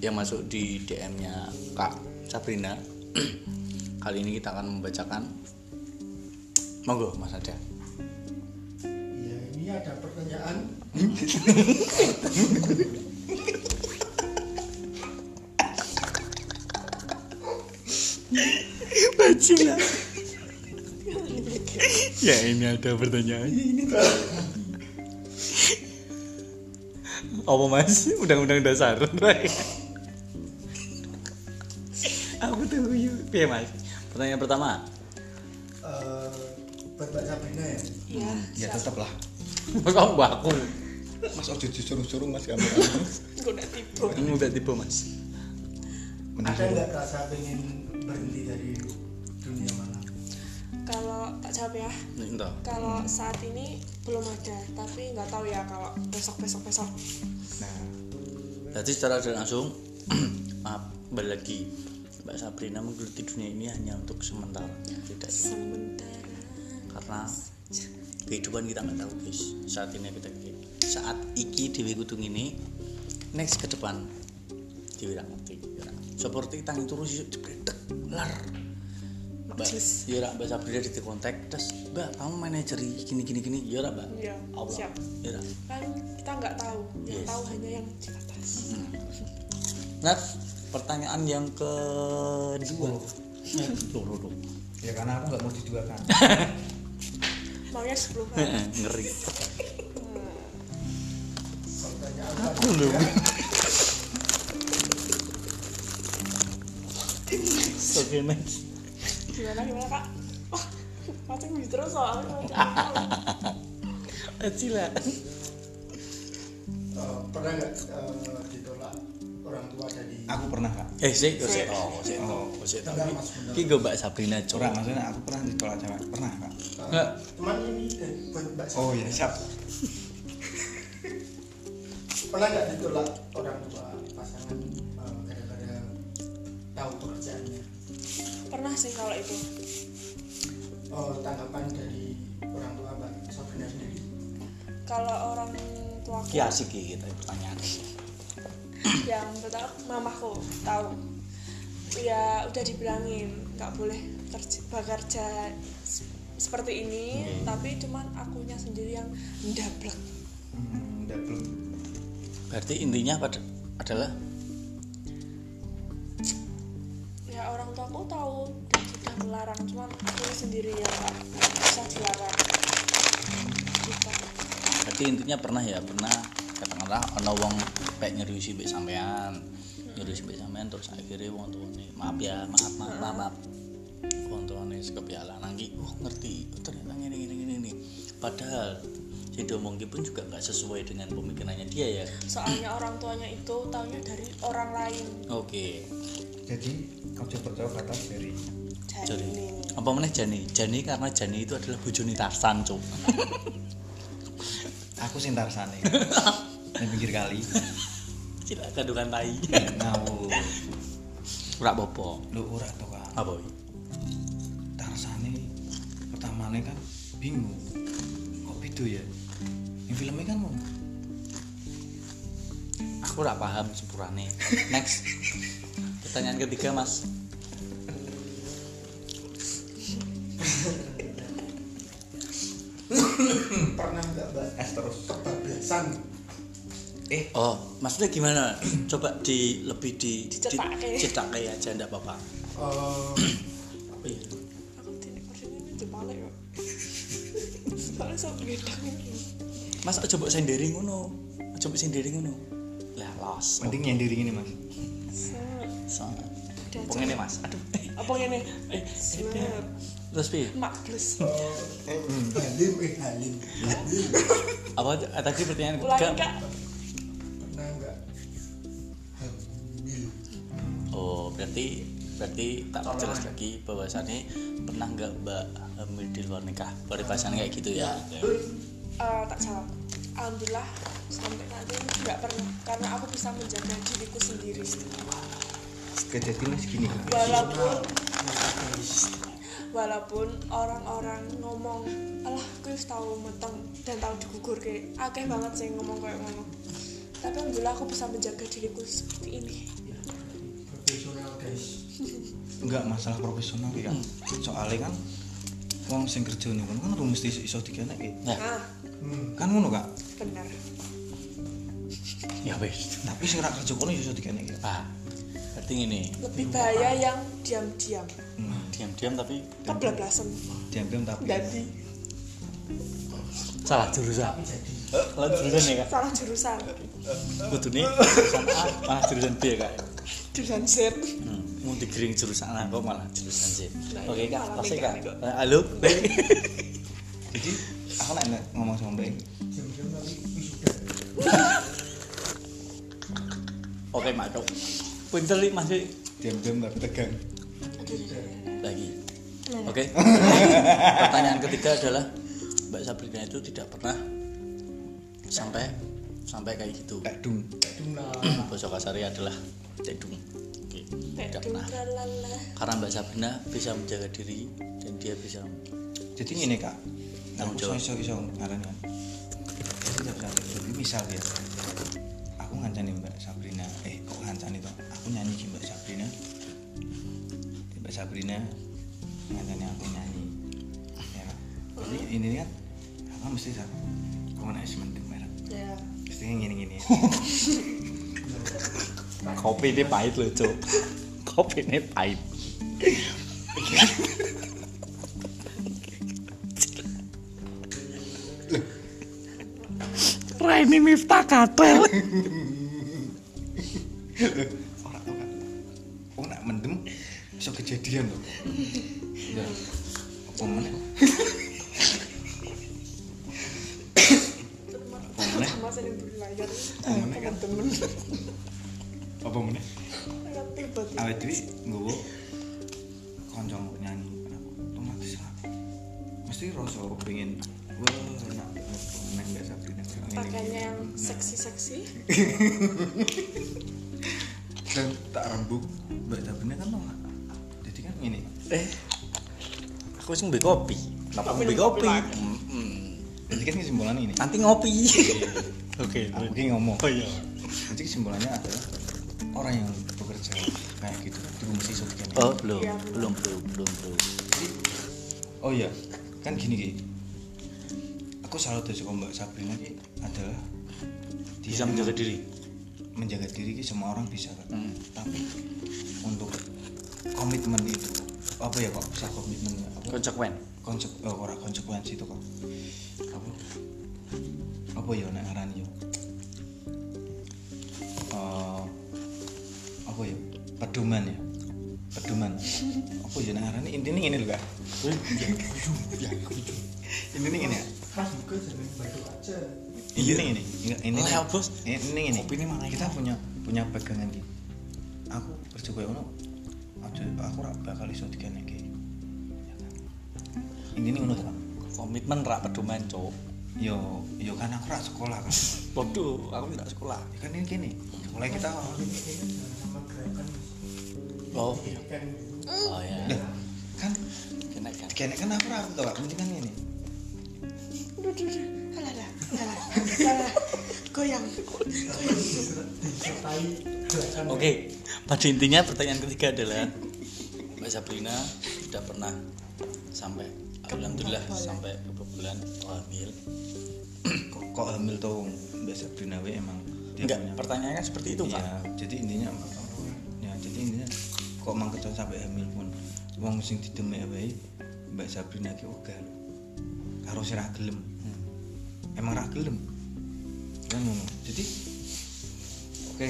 yang masuk di DM-nya Kak Sabrina. Kali ini kita akan membacakan Monggo Mas Nada. Ya ini ada pertanyaan Bajingan. ya ini ada pertanyaan Iya, ini. Apa mas? Undang-undang dasar. Aku tuh yuk. Iya mas. Pertanyaan pertama. eh buat Mbak Sabrina ya. Ya, Ya tetep lah. Mas kamu aku. Mas ojo disuruh-suruh Mas kamu. gue udah tipu. Ini udah tipe mas. Ada nggak rasa pengen berhenti dari dunia malam? Kalau tak jawab ya. Entah. Kalau saat ini belum ada, tapi nggak tahu ya kalau besok besok besok. Nah, Jadi secara tidak langsung maaf kembali lagi Mbak Sabrina menggeluti dunia ini hanya untuk sementara. Tidak. Sementara. karena kehidupan kita nggak tahu guys saat ini kita saat iki dewi kutung ini next ke depan dewi nggak ngerti ya. seperti tangi terus yuk dibredek lar mbak Jelas. ya mbak Sabrina di kontak terus mbak kamu manajer gini gini gini ya Ra, mbak Iya, Allah siap. ya Ra. Kan kita nggak tahu, yang Yes. tahu hanya yang di atas. nah pertanyaan yang kedua Eh, loh, loh, loh. ya karena aku nggak mau diduakan. Maunya kan? sebelum ngeri Pertanyaan aku loh oke next gimana gimana kak? Oh, mati gue terus soalnya gitu. kalau jawab. Sila. eh, pernah nggak eh, ditolak orang tua dari Aku pernah kak. Eh, sik, kok sik tau, kok sik tau, kok sik tau. Bentar, Mas, bentar. Ki go Mbak Sabrina Ora, curang. maksudnya aku pernah ditolak cewek. Pernah kak. Nggak. Cuman ini dari buat Mbak Sabrina. Oh ya siap. Pernah nggak ditolak orang tua pasangan eh, gara-gara tahu pekerjaannya? Pernah sih kalau itu. Oh, tanggapan dari orang tua Mbak Sabrina sendiri? Kalau orang tua Ki asik ki kita pertanyaan. yang pertama mamaku tahu ya udah dibilangin nggak boleh kerja, bekerja se- seperti ini tapi cuman akunya sendiri yang ndablek Hmm, udah belum. Berarti intinya pada adalah ya orang tua aku tahu dan sudah melarang cuman aku sendiri yang nggak bisa dilarang gitu. berarti intinya pernah ya, pernah katakanlah ana wong pek nyeriusi mbek sampean. Nyeriusi mbek sampean terus akhirnya wong tuane maaf ya, maaf maaf maaf. maaf. kontrolnya sekepialan nanti oh ngerti oh, ternyata gini gini gini nih padahal si domongki pun juga nggak sesuai dengan pemikirannya dia ya soalnya orang tuanya itu taunya dari orang lain oke jadi kamu percaya kata dari Jani jadi apa meneh Jani Jani karena Jani itu adalah bujuni Tarsan cuk aku sing tarsane yang pinggir kali cilak kandungan tai ngawur ora bopo lu ora to kan apa wi? tarsane pertamane kan bingung kok pido ya yang filmnya kan mau aku ora paham sepurane next pertanyaan ketiga mas pernah nggak mbak es terus kebablasan eh oh maksudnya gimana coba di lebih di Dicetake. dicetake aja ndak apa-apa Eh, apa ya aku tidak percaya ini dibalik kok soalnya sama gendang ini mas aja mbok sendiri ngono aja mbok sendiri ngono lah los penting yang diri ini mas Sep. pengen mas aduh eh, apa ini eh, eh. Sep. terus pi mak plus Hmm. halim eh halim Iya. halim apa tadi pertanyaan ketiga ulangi kak pernah nggak hamil Oh, berarti berarti tak jelas lagi bahwasannya pernah nggak mbak hamil di luar nikah peribasan kayak gitu ya? Eh, tak jawab alhamdulillah sampai nanti nggak pernah karena aku bisa menjaga diriku sendiri kejadiannya segini walaupun Mas, walaupun orang-orang ngomong alah gue wis tau meteng dan tau digugur ke akeh banget sih ngomong kayak ngono tapi alhamdulillah aku bisa menjaga diriku seperti ini profesional guys enggak masalah profesional ya soalnya kan wong sing kerja nih kan rumus iso iso dikenek Nah, nah hmm. kan ngono kak benar ya wes. tapi sing ra kerja kono iso dikenek ya Ah, berarti ini lebih bahaya yang diam-diam diam-diam tapi kebablasan diam-diam tapi jadi salah jurusan. jadi Eh, Salah jurusan ya kak? salah jurusan Kudu nih jurusan A malah jurusan B ya kak? jurusan Z Hmm, mau digering jurusan A kok malah jurusan C. Nah, Oke kak, malah pasti nikah kak. nih, kok. Eh, Halo, jadi aku nek nek ngomong sama mbak ini, jam-jam tapi wisuda oke mak Dok. Pinter nih masih diam-diam tapi tegang lagi. Iya. Oke. Pertanyaan ketiga adalah Mbak Sabrina itu tidak pernah sampai sampai kayak gitu. tak dung Duna Bahasa kasarnya adalah tedung. Oke. Tidak Pedung pernah. tralala. Karena Mbak Sabrina bisa menjaga diri dan dia bisa jadi ngene kak aku Tanggung iso jawab. iso iso ngarani kan jadi tak sampai jadi misal ya aku ngancani mbak Sabrina eh kok ngancani toh aku nyanyi di mbak Sabrina mbak Sabrina ngancani aku nyanyi ya kan jadi ini kan aku mesti sak aku nek sementing merah ya mesti ngene-ngene kopi ini pahit loh, Cok. kopi ini pahit. Raini Miftah Katel. orang tuh kan aku nak mendem bisa kejadian loh ya apa meneh apa meneh sama saya yang berlayar Temen kan? temen-temen apa meneh tiba-tiba awet dhewe nggowo kanca nyanyi otomatis lah mesti rasa pengen wah nak nang gak sabi nang pakainya yang seksi-seksi dan kan tak rembuk mbak Sabrina kan nolak jadi kan ini Eh, aku sih beli kopi. Kenapa aku Minum beli kopi kopi? lagi. Mm-mm. jadi kan kesimpulannya ini Nanti ngopi. Oke. aku ini ngomong Oh iya. jadi kesimpulannya adalah orang yang bekerja kayak gitu kan dulu mesti iso dikene. Oh belum, Iya, belum, belum, belum, belum. oh iya kan gini gini aku salut dari mbak Sabrina ini adalah Bisa menjaga diri. menjaga diri ki semua orang bisa kan Hmm. tapi untuk komitmen itu apa ya kok bisa komitmen ya? apa Konsekuen. konsep oh, ora konsekuensi itu kok apa apa ya nek ngarani yo Eh, apa ya pedoman ya pedoman apa ya ngarane intinya ini lho kak intinya ini ya Mas juga jangan batu aja. ini ini enggak ini Lah, Oh, ya, bos. ini ini ini Kopi ini ya? malah kita punya punya pegangan gitu aku kerja kayak ono aku aku rak bakal iso digane iki Ya kan? ini ini ngono kan komitmen rak pedoman cok yo yo kan aku rak sekolah kan waduh aku tidak sekolah Ya kan ini gini sekolah kita Ini kan jangan sama gerakan. oh iya Ini kan dulu. oh iya Lah, kan kena kan digane kan aku rak aku tau Kak. mending kan ini Duh, duh, duh. Alah, alah, alah, alah. Goyang. disertai gerakan. oke pada intinya pertanyaan ketiga adalah Mbak Sabrina sudah pernah sampai alhamdulillah sampai beberapa bulan hamil kok, kok hamil tuh mbak Sabrina we emang dia enggak punya- pertanyaannya seperti itu kan ya jadi intinya ya jadi intinya kok mang kecoh sampai hamil pun wong sing didemek wae Mbak Sabrina ki uga karo sing ra gelem Hmm. emang ra gelem kan ngono jadi oke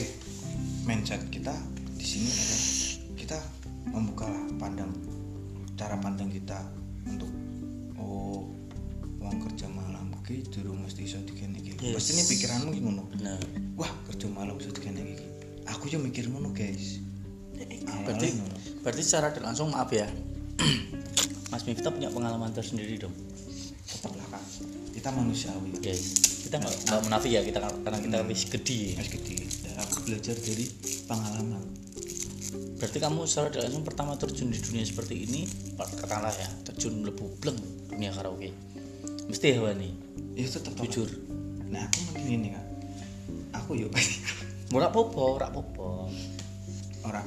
mindset kita di sini adalah kita membuka pandang cara pandang kita untuk oh wong kerja malam ki durung mesti iso digene iki Yes. pasti ini pikiranmu ki ngono benar wah kerja malam sudah kena iki aku yo mikir ngono guys berarti berarti secara tidak langsung maaf ya Mas Miftah punya pengalaman tersendiri dong tetap lah kak kan, kita manusiawi guys kita nggak nggak menafik ya kita karena kita lebih gede ya. Mas gede Nah, aku belajar dari pengalaman berarti kamu secara tidak langsung pertama terjun di dunia seperti ini katakanlah ya terjun melebu bleng dunia karaoke mesti ya Wani ya tetap tau, Kak. Jujur. nah aku mending ini kak aku ya, yo murah popo rak popo orang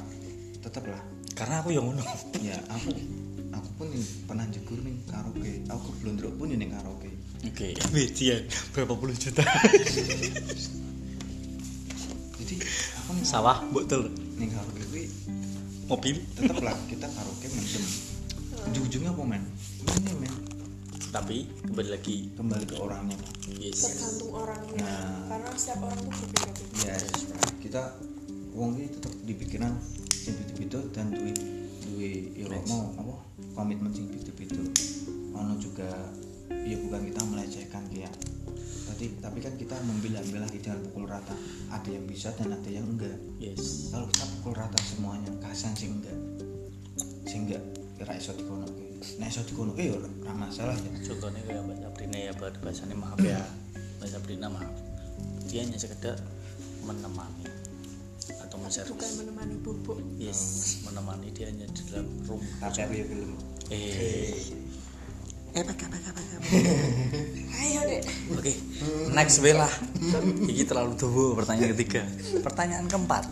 tetap lah karena aku yang ngono ya aku aku pun yang pernah jegur nih karaoke aku keblondrok pun yang karaoke oke bijian berapa puluh juta jadi aku nih sawah botol nih karaoke kuwi mobil tetap lah kita karaoke mendem ujung-ujungnya apa men ini men tapi kembali lagi kembali ke orangnya Kak. yes Tergantung orangnya. Nah. Karena setiap orang tuh berbeda-beda. ya kita wong iki tetep di pikiran anu, sing beda-beda dan duwe duwe ya ora mau apa komitmen sing beda-beda ono juga ya bukan kita melecehkan ki ya tapi tapi kan kita membelah-belah jangan pukul rata ada yang bisa dan ada yang enggak yes kalau kita pukul rata semuanya kasihan sih enggak sehingga ra iso dikonoke nek iso dikonoke ya ora ora masalah ya contohnya kayak Mbak Sabrina ya Mbak bahasanya maaf ya Mbak Sabrina maaf dia hanya sekedar menemani atau Bukan menservis menemani bubuk. yes menemani dia hanya di dalam room tapi aku ya belum eh Ayo, Dek. oke next Bella ini terlalu dobo pertanyaan ketiga pertanyaan keempat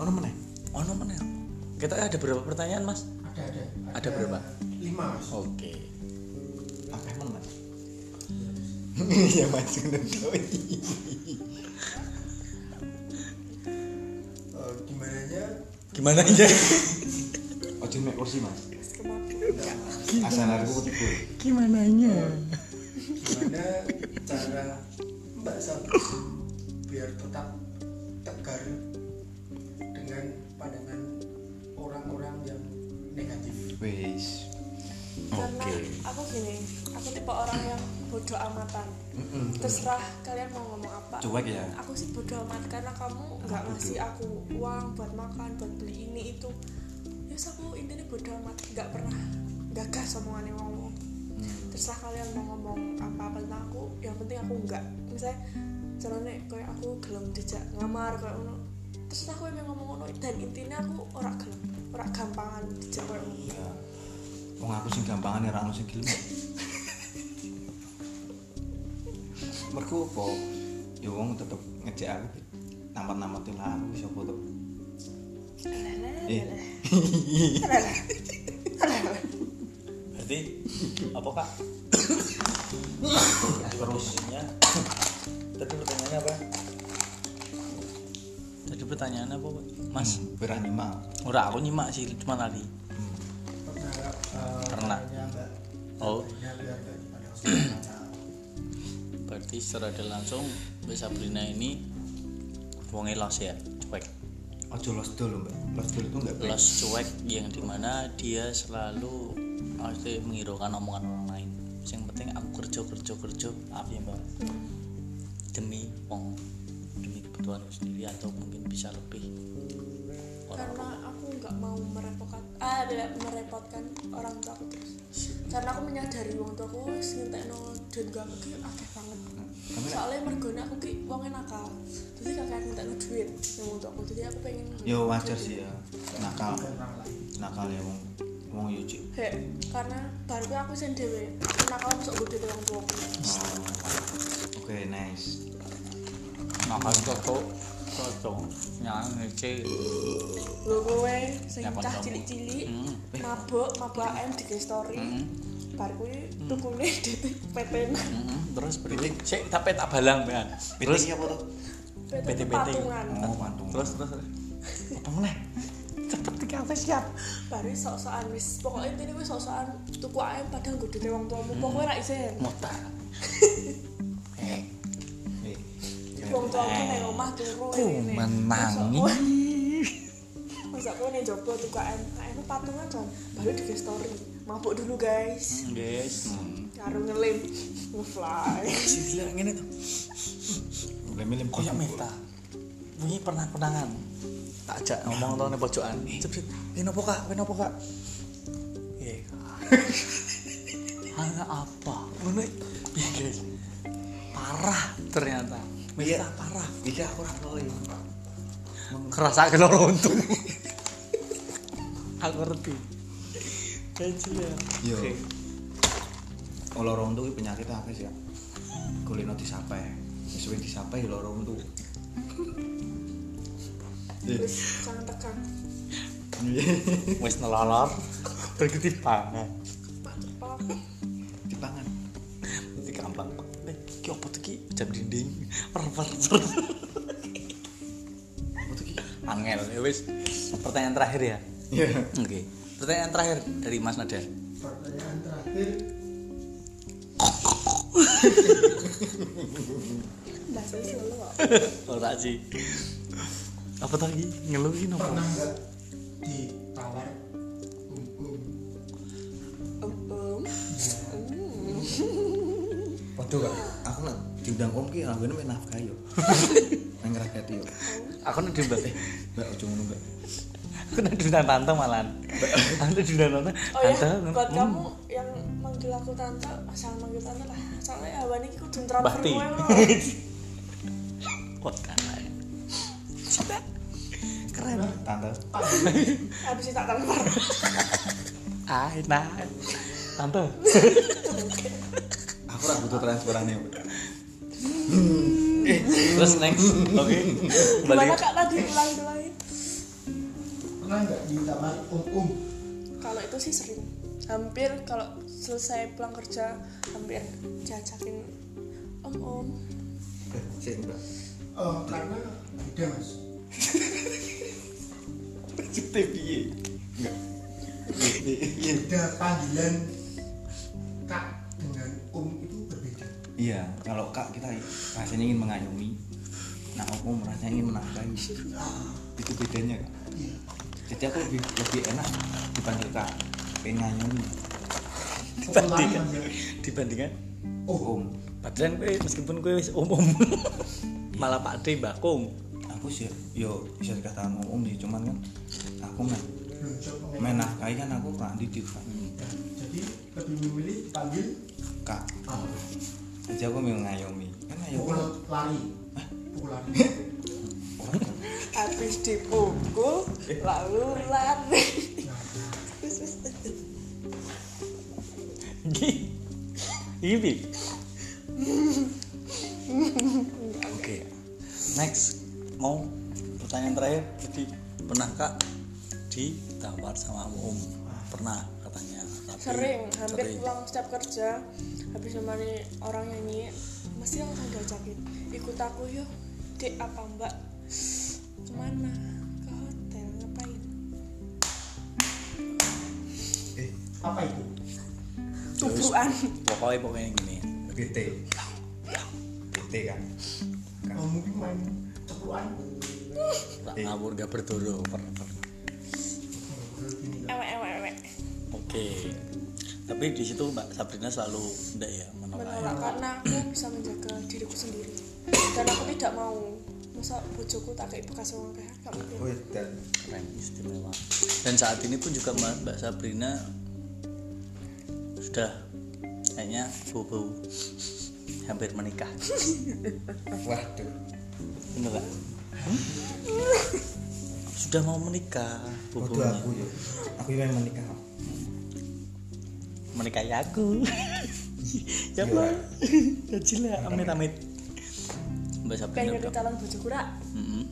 ono meneh oh no menel kita ada berapa pertanyaan mas Ada ada. Ada berapa? Lima mas. oke akeh men Mas. iya mas ngendoi Eh, gimana nya? gimana ya Ojo mek kursi mas. Mas kemampu. Asal aku ketipu. gimana nya Gimana cara Mbak Sab biar tetap tegar dengan pandangan orang-orang yang negatif. Wis. Karena Oke. aku gini, aku tipe orang yang bodoh amatan. Terserah kalian mau ngomong apa. Cuek ya. Aku sih bodoh amat karena kamu nggak ngasih aku uang buat makan, buat beli ini itu. Ya yes, aku intinya bodoh amat, nggak pernah gagah omongannya ngomong. Terserah kalian mau ngomong apa tentang aku, yang penting aku nggak. Misalnya, contohnya kayak aku gelem dijak ngamar kayak ngono. Terserah aku yang ngomong ngono dan intinya aku ora gelem, ora gampangan dijak kayak ngono. Ya. Wong aku sing gampangan ora ono sing gelem. Mergo apa? Ya wong tetep ngejek aku namat-namati lah aku sapa to. Eh. berarti apa kak terusnya tadi pertanyaannya apa tadi pertanyaannya apa Pak? mas Berah nyimak. ora aku nyimak sih cuma tadi Pernah eh, Pernah. caranya Mbak Oh. Sabrina biar nggak dipandang sebelah mata. berarti secara tidak langsung Mbak Sabrina ini wonge los ya cuek ojo los dulu mbak los dulu itu nggak baik los cuek yang dimana dia selalu pasti menghiraukan omongan orang lain yang penting aku kerja kerja kerja apa ya mbak demi wong demi kebutuhan sendiri atau mungkin bisa lebih orang karena aku nggak mau merepotkan ah bela- merepotkan orang tua aku terus karena aku menyadari wong tua aku ngintek no duit gak aku ki akeh banget tapi nek- soalnya mergone aku ki wong nakal jadi kakak ngintek no duit yang wong tua aku jadi aku pengen yo wajar sih ya nakal Bukan orang lain. nakal ya wong wong yo cik he karena baru ki aku sendiri aku nakal masuk gue duit orang tua aku Oh, oke nice makan cocok cocok nyang ngece lo gue sing Nyapon cah kamu. cilik-cilik Hmm. mabuk mabuk AM di story Hmm. baru gue tukune di PT Mm-mm, terus pitik cek tapi tak balang kan terus pitik apa tuh PT. patungan Hmm. oh pantung terus terus potong lah cepet tiga Kan siap baru ya, sok-sokan wis pokoknya ini wis sok-sokan tuku ae padahal gue dite wong tuamu Hmm. pokoknya ra isin mutar eh Eh, wong tuamu nang omah turu ini masa aku nih jopo tuku ae ae patungan kan baru di story mabuk dulu guys guys karo ngelem ngefly si gila ngene tuh lem-lem koyak meta bunyi pernah kenangan tak ajak ngomong tau nih pojokan cepet ini apa kak ini apa kak eh hanya apa ini Ih, guys parah ternyata Iya. Meta parah Iya aku ora tau ya. kerasa keloro untung aku ngerti kecil ya Yo. Oke. Kalau lorong tuh penyakit apa sih ya? Kulino disapai. Wis wis disapai lorong tuh. Iya. terus jangan tekan wes nelolor berarti pangan Pak, Di pangan. berarti gampang eh ki apa tuh ki jam dinding per per per Apa tuh ki? angel ya wes pertanyaan terakhir ya Iya. oke pertanyaan terakhir dari Mas Nada Pertanyaan terakhir bahasa wis lho kok ora sih apa tadi ngeluhin apa pernah nggak ditawar hukum um um Waduh Kak. aku nak diundang om ki anggone main nafkah yo. Nang rakyat yo. aku nih diundang Eh, Mbak ojo ngono mbak. aku nih diundang tante malahan aku nih diundang tante oh ya tante buat hmm. kamu yang manggil aku tante asal manggil tante lah soalnya awan iki kudu transfer Bakti. kowe lho Kota lain. ya? Keren. Tante. habis itu tak transfer Ah, nah. Tante. Aku ora butuh transferane. Mbak. Terus next. Oke. Kembali. Gimana kak tadi ulang ulangin? pernah nggak ditawar hukum Kalau itu sih sering, hampir kalau selesai pulang kerja hampir diajakin om om. Sik mbak. Eh, karena beda mas Cete piye? Enggak. Piye? beda panggilan kak dengan um itu berbeda Iya, kalau kak kita rasanya ingin mengayomi, nah aku merasanya ingin menafkahi. Itu bedanya kak. Jadi aku lebih lebih enak dipanggil kak, pengen ngayomi. Dibandingkan. Dibandingkan. oh Om, Padahal gue meskipun gue wis umum. Malah Pak D Mbak Kung. aku sih, yo bisa dikatakan om, om sih, cuman kan aku main belum coba main nafkahi kan aku kan di kak. Ya, jadi lebih memilih panggil kak. ah iya, Jadi aku mau ngayomi, kan ngayomi. pukul lari pukul lari Orang kan. Habis dipukul lalu lari. Nah, Wis, wis. Iki. Iki. Bi. Oke. Next. Mau pertanyaan terakhir. Jadi pernah kak ditawar sama om? Pernah katanya. Tapi sering, hampir sering. pulang setiap kerja habis nemani orang nyanyi mesti langsung diajakin ikut aku yuk dek apa mbak kemana ke hotel ngapain Eh, apa itu tubuhan pokoknya pokoknya gini gede, gede kan. oh, mungkin main cepuan tak ngawur gak berdoro pernah pernah ewek ewek ewek oke tapi di situ mbak Sabrina selalu enggak ya menolak ya? menolak karena aku bisa menjaga diriku sendiri dan aku tidak mau masa bojoku tak kayak bekas uang kayak gak Oh, mungkin Wih, dan keren istimewa dan saat ini pun juga Mbak Mbak Sabrina sudah kayaknya bau-bau hampir menikah waduh bener nggak? sudah mau menikah waduh bau-baunya. aku ya aku yang menikah menikahi aku Gila. ya Mbak gaji lah amit amit Mbak Sabrina pengen udah calon bojoku rak Mm-mm.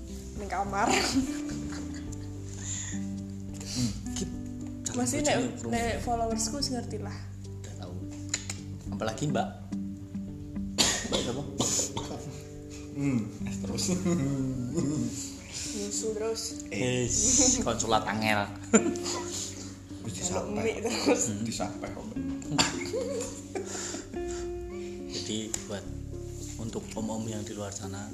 di kamar Kip, calon masih bojone nek belum nek followersku sih ngerti lah udah tahu apalagi Mbak Mbak siapa hmm terus nyusu terus Eh. Yes, konsulat angel. terus jaluk disampai mie terus Hmm. disampai kok Jadi buat untuk om-om yang di luar sana,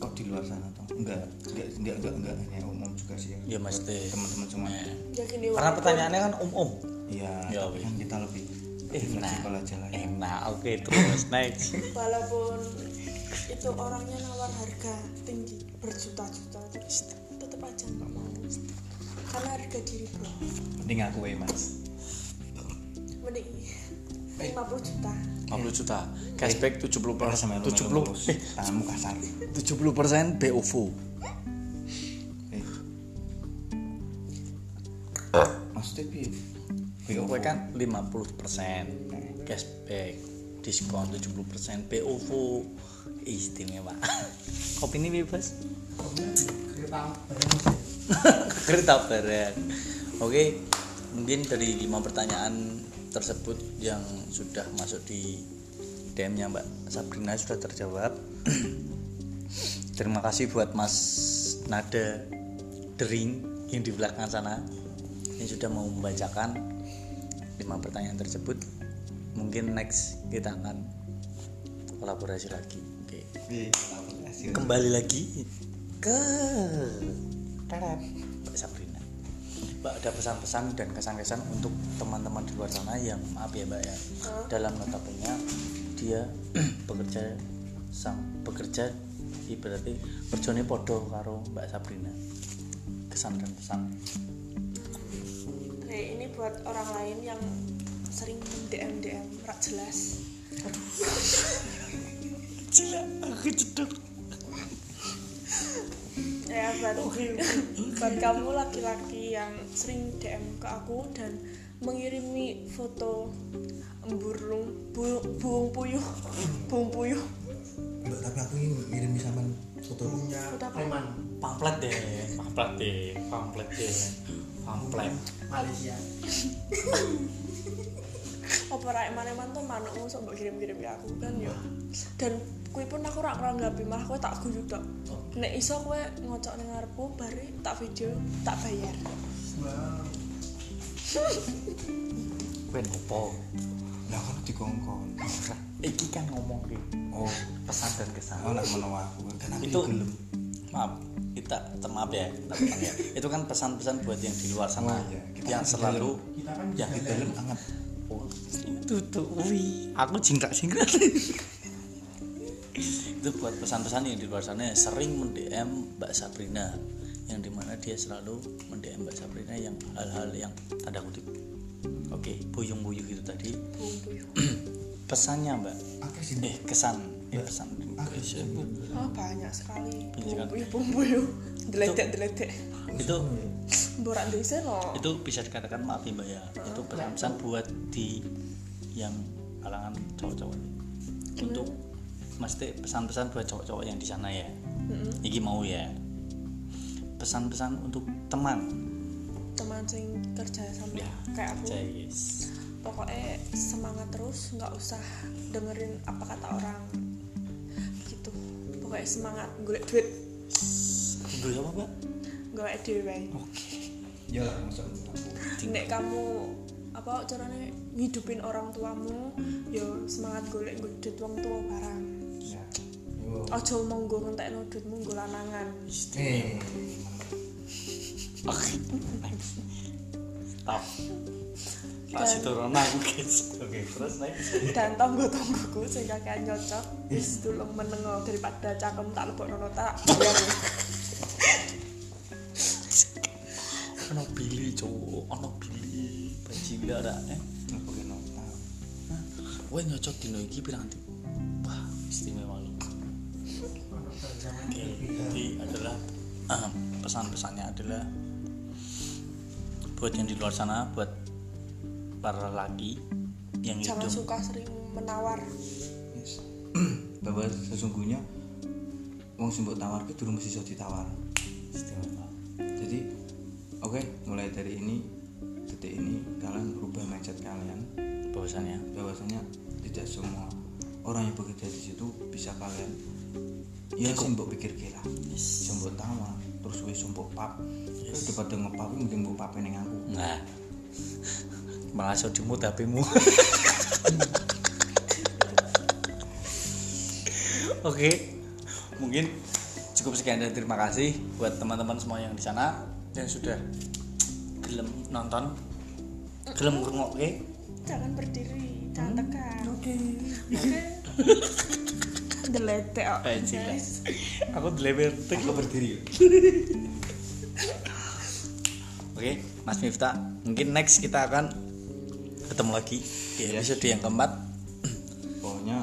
Oh, kok di luar sana toh enggak enggak enggak enggak enggak hanya umum juga sih ya Buat mas deh. teman-teman semua Eh, yakin dia Karena pertanyaannya kan om-om. iya Ya, tapi wih. kan kita lebih Eh, lebih nah. fleksibel aja lah ya. Enak, oke terus next. walaupun itu orangnya nawar harga tinggi berjuta-juta tapi tetap aja nggak mau karena harga diri bro penting aku ya mas mending Eh. 50 juta 50 juta, cashback 70 Terus sama lu 70 melurus. eh, tanganmu kasar 70 persen BOVO. Eh. maksudnya bi Gue kan 50 persen Hmm. cashback, diskon 70 persen BOVO istimewa. Kopi ini bebas. kereta bareng mas kereta bareng oke mungkin dari lima pertanyaan tersebut yang sudah masuk di DM nya Mbak Sabrina sudah terjawab terima kasih buat Mas Nada Dering yang di belakang sana yang sudah mau membacakan lima pertanyaan tersebut mungkin next kita akan kolaborasi lagi oke kembali lagi ke Tarat. Mbak Sabrina Mbak ada pesan-pesan dan kesan-kesan untuk teman-teman di luar sana yang maaf ya Mbak ya Hah? dalam notabene dia bekerja sang bekerja i- berarti berjone podo karo Mbak Sabrina kesan dan pesan nah ini buat orang lain yang sering DM DM rak jelas Gila, aku cedok ya buat buat kamu laki-laki yang sering DM ke aku dan mengirimi foto burung bu- burung puyuh burung puyuh Mbak, tapi aku ini ngirim sampean foto punya Udah apa? preman pamflet deh pamflet deh pamflet deh pamflet Malaysia apa rakyat mana-mana tuh manukmu sok mbok kirim-kirim ke aku kan ya dan kui pun aku rak ngeranggapi malah kowe tak guyu tok nek iso kowe ngocok ning ngarepku bari tak video tak bayar wow gue nopo lah kan dikongkon iki kan ngomong deh oh pesan dan kesan aku Oh, nak menawa aku kan aku itu gelem maaf kita ter- maaf ya, kita potong ya. itu kan pesan-pesan buat yang di luar sana Oh, iya. Kita yang kan di selalu kita kan Ya, ya, di dalam anget oh, itu tuh ui aku jingkrak jingkrak itu buat pesan-pesan yang di luar sana yang sering mendm mbak Sabrina yang dimana dia selalu mendm mbak Sabrina yang hal-hal yang tanda kutip oke buyung-buyung itu tadi burung puyuh pesannya mbak aku sih eh kesan eh, pesan oh banyak sekali Banyak. burung puyuh burung puyuh deletek deletek itu mbok rak ndese no itu bisa dikatakan maaf ya mbak ya itu pesan-pesan buat di yang kalangan cowok-cowok untuk mesti pesan-pesan buat cowok-cowok yang di sana ya iki mau ya pesan-pesan untuk teman teman sing kerja sama Ya, kayak aku guys pokoknya semangat terus nggak usah dengerin apa kata orang gitu pokoknya semangat golek duit dulu apa mbak golek dhewe Oh, ya lah masuk aku gitu. nek kamu apa caranya ngidupin orang tuamu yo semangat golek duit wong tua barang ya Yo, ojo monggo ngentekno duitmu nggo lanangan nih Oke. Next. Stop. Pas itu Rona guys. Oke, terus next. dan tonggo-tonggoku sing kakean cocok wis tulung menengo daripada cakem tak lebokno tak bayar. Ono Billy, cowok. Ono Billy. Bajingan ora eh. apa kena tahu Wah nyocok dino iki pirang di. Wah, istimewa lu. Oke, Jadi adalah eh, pesan-pesannya adalah buat yang di luar sana, buat para lelaki yang jangan hidup suka sering menawar yes. bahwa sesungguhnya wong sing mbok tawar itu durung mesti iso ditawar istimewa. jadi oke mulai dari ini detik ini kalian berubah mindset kalian Bahwasannya bahwasanya tidak semua orang yang bekerja di situ bisa kalian ya sih mbok pikir kira Yes. sih mbok tawar terus wis mbok pap Yes. yes. daripada ngepap mending mbok pape ning aku Nah, malah iso dimut HP-mu. Oke, mungkin cukup sekian dan terima kasih buat teman-teman semua yang di sana yang sudah gelem nonton, gelem ngrungokke. jangan berdiri jangan tekan oke deletek kok, Eh, cinta. guys Aku deliver tek. aku berdiri Oke, Mas Miftah, mungkin next kita akan ketemu lagi di episode yang keempat. pokoknya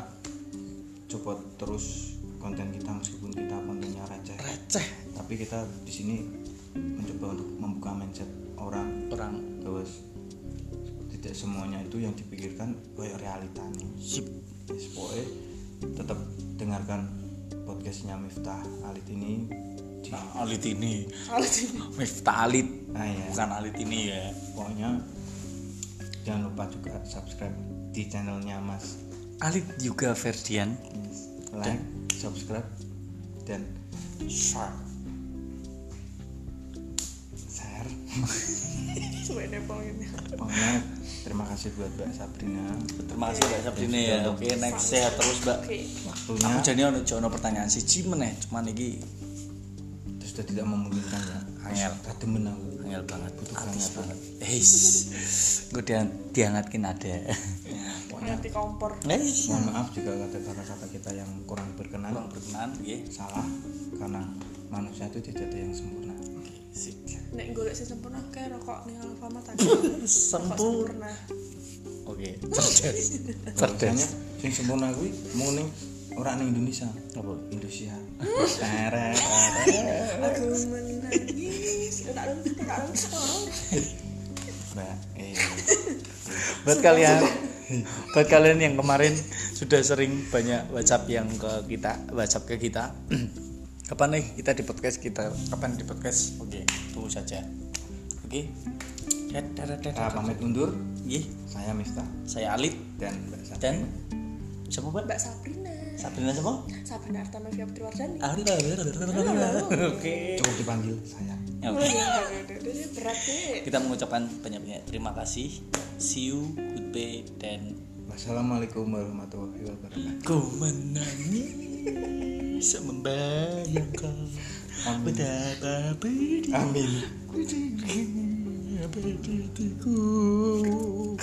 coba terus konten kita meskipun kita kontennya receh Receh tapi kita di sini mencoba untuk membuka mindset orang orang terus tidak semuanya itu yang dipikirkan kayak realitanya sip. yes, pokoknya tetap dengarkan podcastnya Miftah Alit ini di, Nah, alit ini, kalau sini Miftah Alit, nah ya bukan alit ini ya. pokoknya jangan lupa juga subscribe di channelnya Mas Alit juga Ferdian Yes. like subscribe dan Sharp share sesuai nepongin pokoknya terima kasih buat Mbak Sabrina Terima kasih Mbak Sabrina ya Oke next sehat terus Mbak oke waktunya Aku jadi ono jono pertanyaan siji meneh cuman iki itu sudah tidak memungkinkan ya Angel. kadang menang angel banget Butuh Atis kehangatan. banget Heis Gue dia dihangatkin ada nanti kompor Heis Ya, mohon maaf jika ada kata-kata kita yang kurang berkenan Kurang berkenan ya salah karena manusia itu tidak ada yang sempurna Sip nek golek sing sempurna kayak rokok ning Alfamart tadi Sempur sempurna Oke Cerdas Bahwasanya yang sempurna gue mau nih orang ning Indonesia Apa? Indonesia Teret, teret. aku menangis tak lulus tak lulus Mbak, eh, buat kalian buat kalian yang kemarin sudah sering banyak WhatsApp yang ke kita WhatsApp ke kita kapan nih kita di podcast kita kapan di podcast oke tunggu saja oke saya Ah, pamit undur Nggih, saya Miftah saya Alit dan Mbak Sabrina dan siapa buat Mbak Sabrina Sabrina siapa Sabrina Artama Fia Purwardani Alit oke cukup dipanggil saya Oke. Aduh, berat deh kita mengucapkan banyak-banyak terima kasih see you goodbye dan Wassalamualaikum warahmatullahi wabarakatuh Ku menangis membayangkan Amin. betapa pedih Amin pedihnya hatiku.